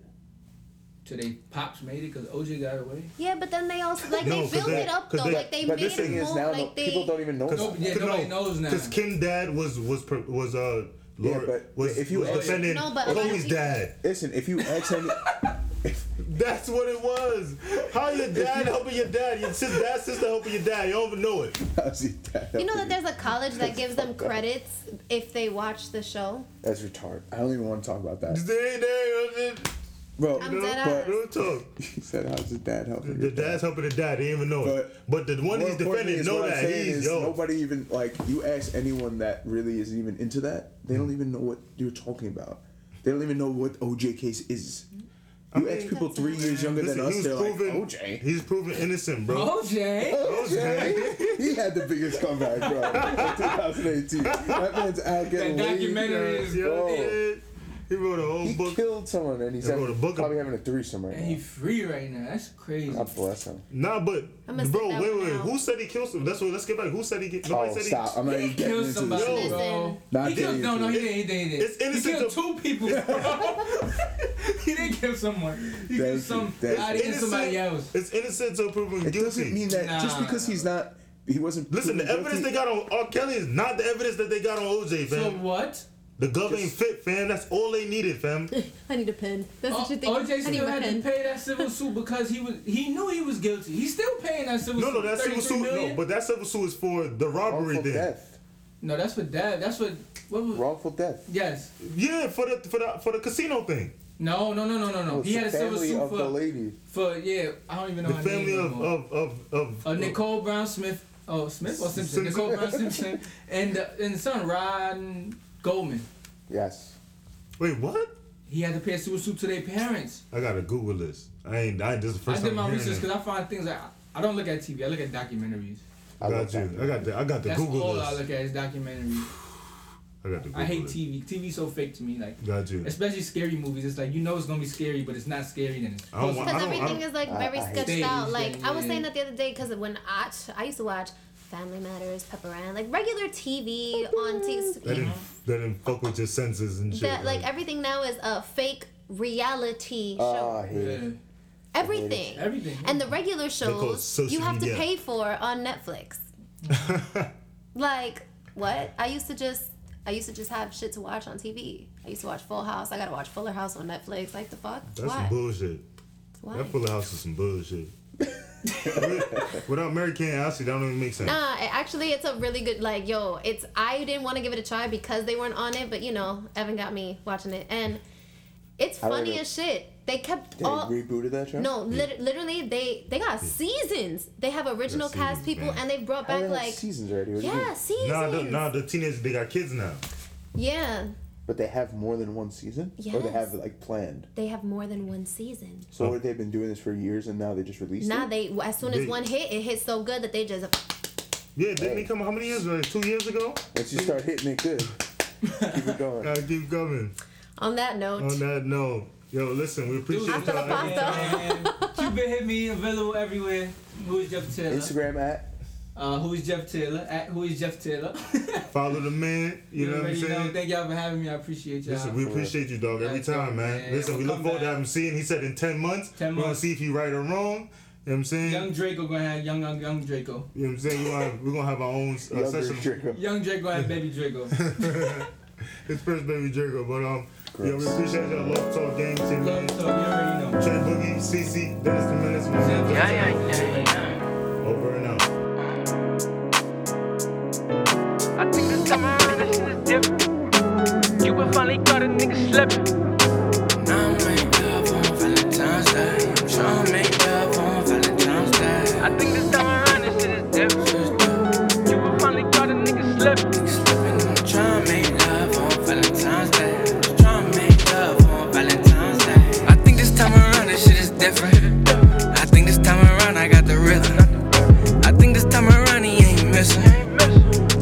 S9: So they pops made it because OJ got away.
S7: Yeah, but then they also like
S6: No,
S7: they
S6: 'cause
S7: built
S6: they-
S7: it up
S6: 'cause
S7: though.
S6: they-
S7: like they
S10: but
S7: made
S10: the
S7: it
S10: thing is
S7: more
S10: now no-
S7: like they.
S10: people don't even know.
S9: No, yeah, nobody knows now.
S6: Because Kim Dad was was per- was uh Lord,
S10: Yeah, but
S6: was
S10: if you
S6: was
S10: ask-
S6: defending
S7: No, but a lot of
S6: Chloe's
S7: people-
S6: dad.
S10: Listen, if you ask any,
S6: That's what it was. How your dad helping your dad? Your sister, dad, sister helping your dad. You don't even know it.
S10: how's he that
S7: You know that
S10: helping
S7: there's a college that gives them credits if they watch the show.
S10: That's retarded. I don't even want to talk about that,
S6: They, they,
S10: bro.
S7: I'm dead
S10: but
S7: ass.
S6: real talk.
S10: he said, "How's his dad helping?"
S6: The
S10: your dad?"
S6: dad's helping the dad. They even know it. But
S10: But-
S6: the one
S10: More
S6: he's
S10: importantly
S6: defending
S10: is
S6: know
S10: what I'm
S6: that
S10: saying
S6: he's
S10: is
S6: yo.
S10: Nobody even like you ask anyone that really isn't even into that, they don't even know what you're talking about. They don't even know what OJ case is. You ask people three years younger
S6: Listen,
S10: than us,
S6: he's
S10: they're
S6: proven
S10: like OJ.
S6: he's proven innocent, bro.
S9: Oh,
S10: Oh.
S9: OJ.
S10: OJ, he had the biggest comeback, bro. in 2018, that man's out getting
S9: That
S10: laid,
S9: documentary is-
S10: bro.
S6: Yeah, He wrote a whole
S10: He
S6: book.
S10: killed someone, and he's
S6: They wrote a
S10: having,
S6: book
S10: probably
S6: ab-
S10: having a threesome right
S9: And he
S10: now.
S9: free right now. That's crazy.
S10: God bless him.
S6: Nah, but
S7: I'ma
S6: bro,
S7: sit that
S6: wait,
S7: one
S6: wait.
S7: out.
S6: Who said he killed someone? That's what. Let's get back. Who said he? Get, nobody
S10: Oh,
S6: said
S10: stop! I'm not
S9: He
S10: even getting
S9: killed
S10: into
S9: somebody,
S10: this.
S7: Yo.
S9: bro.
S10: Nah,
S9: he killed,
S10: getting
S9: no,
S10: into
S9: no, he
S10: it.
S9: didn't. He didn't. He,
S6: It's
S9: didn't. he
S6: innocent
S9: killed
S6: to-
S9: two people. bro. he didn't kill someone. He
S10: That's
S9: killed
S10: it.
S9: some.
S10: That's
S9: I
S10: it.
S6: he
S9: didn't kill somebody else.
S6: It's innocent until proven
S10: It
S6: guilty.
S10: doesn't mean that just
S9: Nah.
S10: because he's not, he wasn't.
S6: Listen, the
S10: proven
S6: evidence
S10: guilty-
S6: they got on R. Kelly is not the evidence that they got on OJ,
S9: So
S6: fam.
S9: what?
S6: the gov ain't fit, fam. That's all they needed, fam.
S7: I need a pen. That's
S9: O-
S7: what you
S10: Oh,
S7: think.
S9: OJ
S7: I need
S9: still
S7: a
S9: had to
S7: pen.
S9: pay that civil suit because he was he knew he was guilty. He's still paying that civil
S6: No,
S9: suit.
S6: no, that civil
S9: 33
S6: suit. No,
S9: million?
S6: but that civil suit is for the robbery
S10: wrongful
S6: thing.
S10: death.
S9: no, that's for dad. That's for what was,
S10: Wrongful death.
S9: yes.
S6: Yeah, for the for the for the casino thing.
S9: No, no, no, no, no, no.
S10: Oh,
S9: he had a
S10: it's the
S9: civil
S10: family
S9: suit
S10: of the
S9: for,
S10: lady.
S9: for yeah. I don't even know
S6: The
S9: her
S6: family
S9: name
S6: of
S9: anymore.
S6: of of of.
S9: Uh, Nicole Brown Smith. Oh, Smith or Simpson. Nicole Brown Simpson and uh, and son Ron Goldman.
S10: Yes.
S6: Wait, what?
S9: He had to pay a civil suit to their parents.
S6: I gotta Google this. I ain't. I this is the
S9: I
S6: first
S9: did
S6: time.
S9: my
S6: I'm
S9: research
S6: hearing
S9: because
S6: it.
S9: I find things like I don't look at TV. I look at documentaries.
S10: I
S6: got
S10: love
S6: you.
S10: that.
S6: I got the. I got the
S9: That's
S6: Google
S9: all
S6: this.
S9: I look at is documentaries.
S6: I got the Google
S9: I hate
S6: it.
S9: TV. TV's so fake to me. Like
S6: Got you.
S9: especially scary movies. It's like you know it's gonna be scary, but it's not scary. Then it's
S6: I don't want-
S7: Because
S6: I don't-
S7: everything
S6: I
S7: is like very
S10: I- I hate
S7: sketched
S9: it.
S7: out.
S9: Yeah,
S7: Like I was
S9: yeah.
S7: saying that the other day because when I I used to watch Family Matters, Pepper Ann, like regular TV on
S6: That
S7: TV.
S6: didn't, that didn't fuck with your senses and shit.
S7: That like everything now is a fake reality
S10: Ah, I
S7: show.
S10: hate it.
S9: Yeah.
S7: Everything.
S9: Everything, yeah.
S7: And the regular
S6: call it
S7: shows
S6: social
S7: you have to
S6: media.
S7: pay for on Netflix. like what? I used to just. I used to just have shit to watch on TV. I used to watch Full House. I gotta watch Fuller House on Netflix. Like the fuck?
S6: That's
S7: Why?
S6: some bullshit.
S7: Why?
S6: That Fuller House is some bullshit. Without Mary Kay and Ashley, that don't even make sense.
S7: Nah, it- actually, it's a really good like yo. It's I didn't want to give it a try because they weren't on it, but you know, Evan got me watching it, and it's
S10: How did
S7: funny
S10: it-
S7: as shit. They kept
S10: They
S7: all
S10: rebooted that show.
S7: no, lit- literally they they got seasons. They have original
S6: seasons,
S7: cast people,
S6: man.
S7: and they brought
S10: How
S7: back
S10: they have
S7: like
S10: seasons already. What do you
S7: yeah
S10: mean?
S7: seasons.
S6: Nah, the, nah, the teenagers they got kids now.
S7: Yeah,
S10: But they have more than one season, or they
S7: Yes.
S10: have like planned.
S7: they have more than one season.
S10: So what, they've been doing this for years, and now they just released
S7: Now
S10: it.
S7: they as soon as
S6: They-
S7: one hit, it hits so good that they just
S6: Yeah, didn't they come how many years? Like two years ago?
S10: Once you start hitting it good, keep it going.
S6: Gotta keep coming.
S7: on that note.
S6: On that note, yo, listen, we appreciate
S7: Hasta la
S6: y'all.
S9: And Cupid hit me available everywhere. Who is Jeff Taylor?
S10: Instagram at
S9: Uh, who is Jeff Taylor? At who is Jeff Taylor?
S6: Follow the man. You know what I'm
S9: already know.
S6: saying?
S9: Thank y'all for having me. I appreciate y'all.
S6: Listen, we appreciate you, dog, every
S9: Let's go,
S6: time, man.
S9: man.
S6: Listen,
S9: We'll
S6: we look
S9: come
S6: forward to
S9: back.
S6: having seeing. He said in ten months,
S9: 10
S6: we're gonna
S9: months.
S6: see if he right or wrong. You know what I'm saying?
S9: young Draco gonna have young young young Draco.
S6: You know what I'm saying? We're gonna, we're gonna have our own uh,
S10: Younger
S6: session.
S10: Draco.
S9: Young Draco gonna have baby Draco.
S6: It's Prince Baby Jericho, but um, yo, we appreciate y'all. Love Talk Game, Team Man,
S11: Love talk, you already know.
S6: Trey Boogie, CC, Dennis the Menace, We're gonna do it tonight. Over and out.
S1: I think it's time this is different. You would finally caught a nigga slipping.
S9: I'm make up on Valentine's Day. I'm tryna make up on Valentine's Day.
S1: I think this time around this shit is different. You would finally caught a nigga slipping.
S9: Slipping, I'm tryna make love on Valentine's Day. I'm tryna make love on Valentine's Day. I think this time around this shit is different. I think this time around I got the rhythm. I think this time around he ain't missing.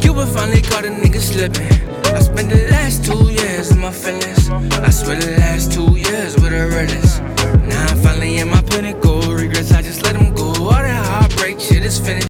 S9: Cuba finally caught a nigga slipping. I spent the last two years in my feelings. I swear the last two years with a realest. Now I'm finally in my pinnacle. Regrets, I just let 'em go. All that heartbreak shit is finished.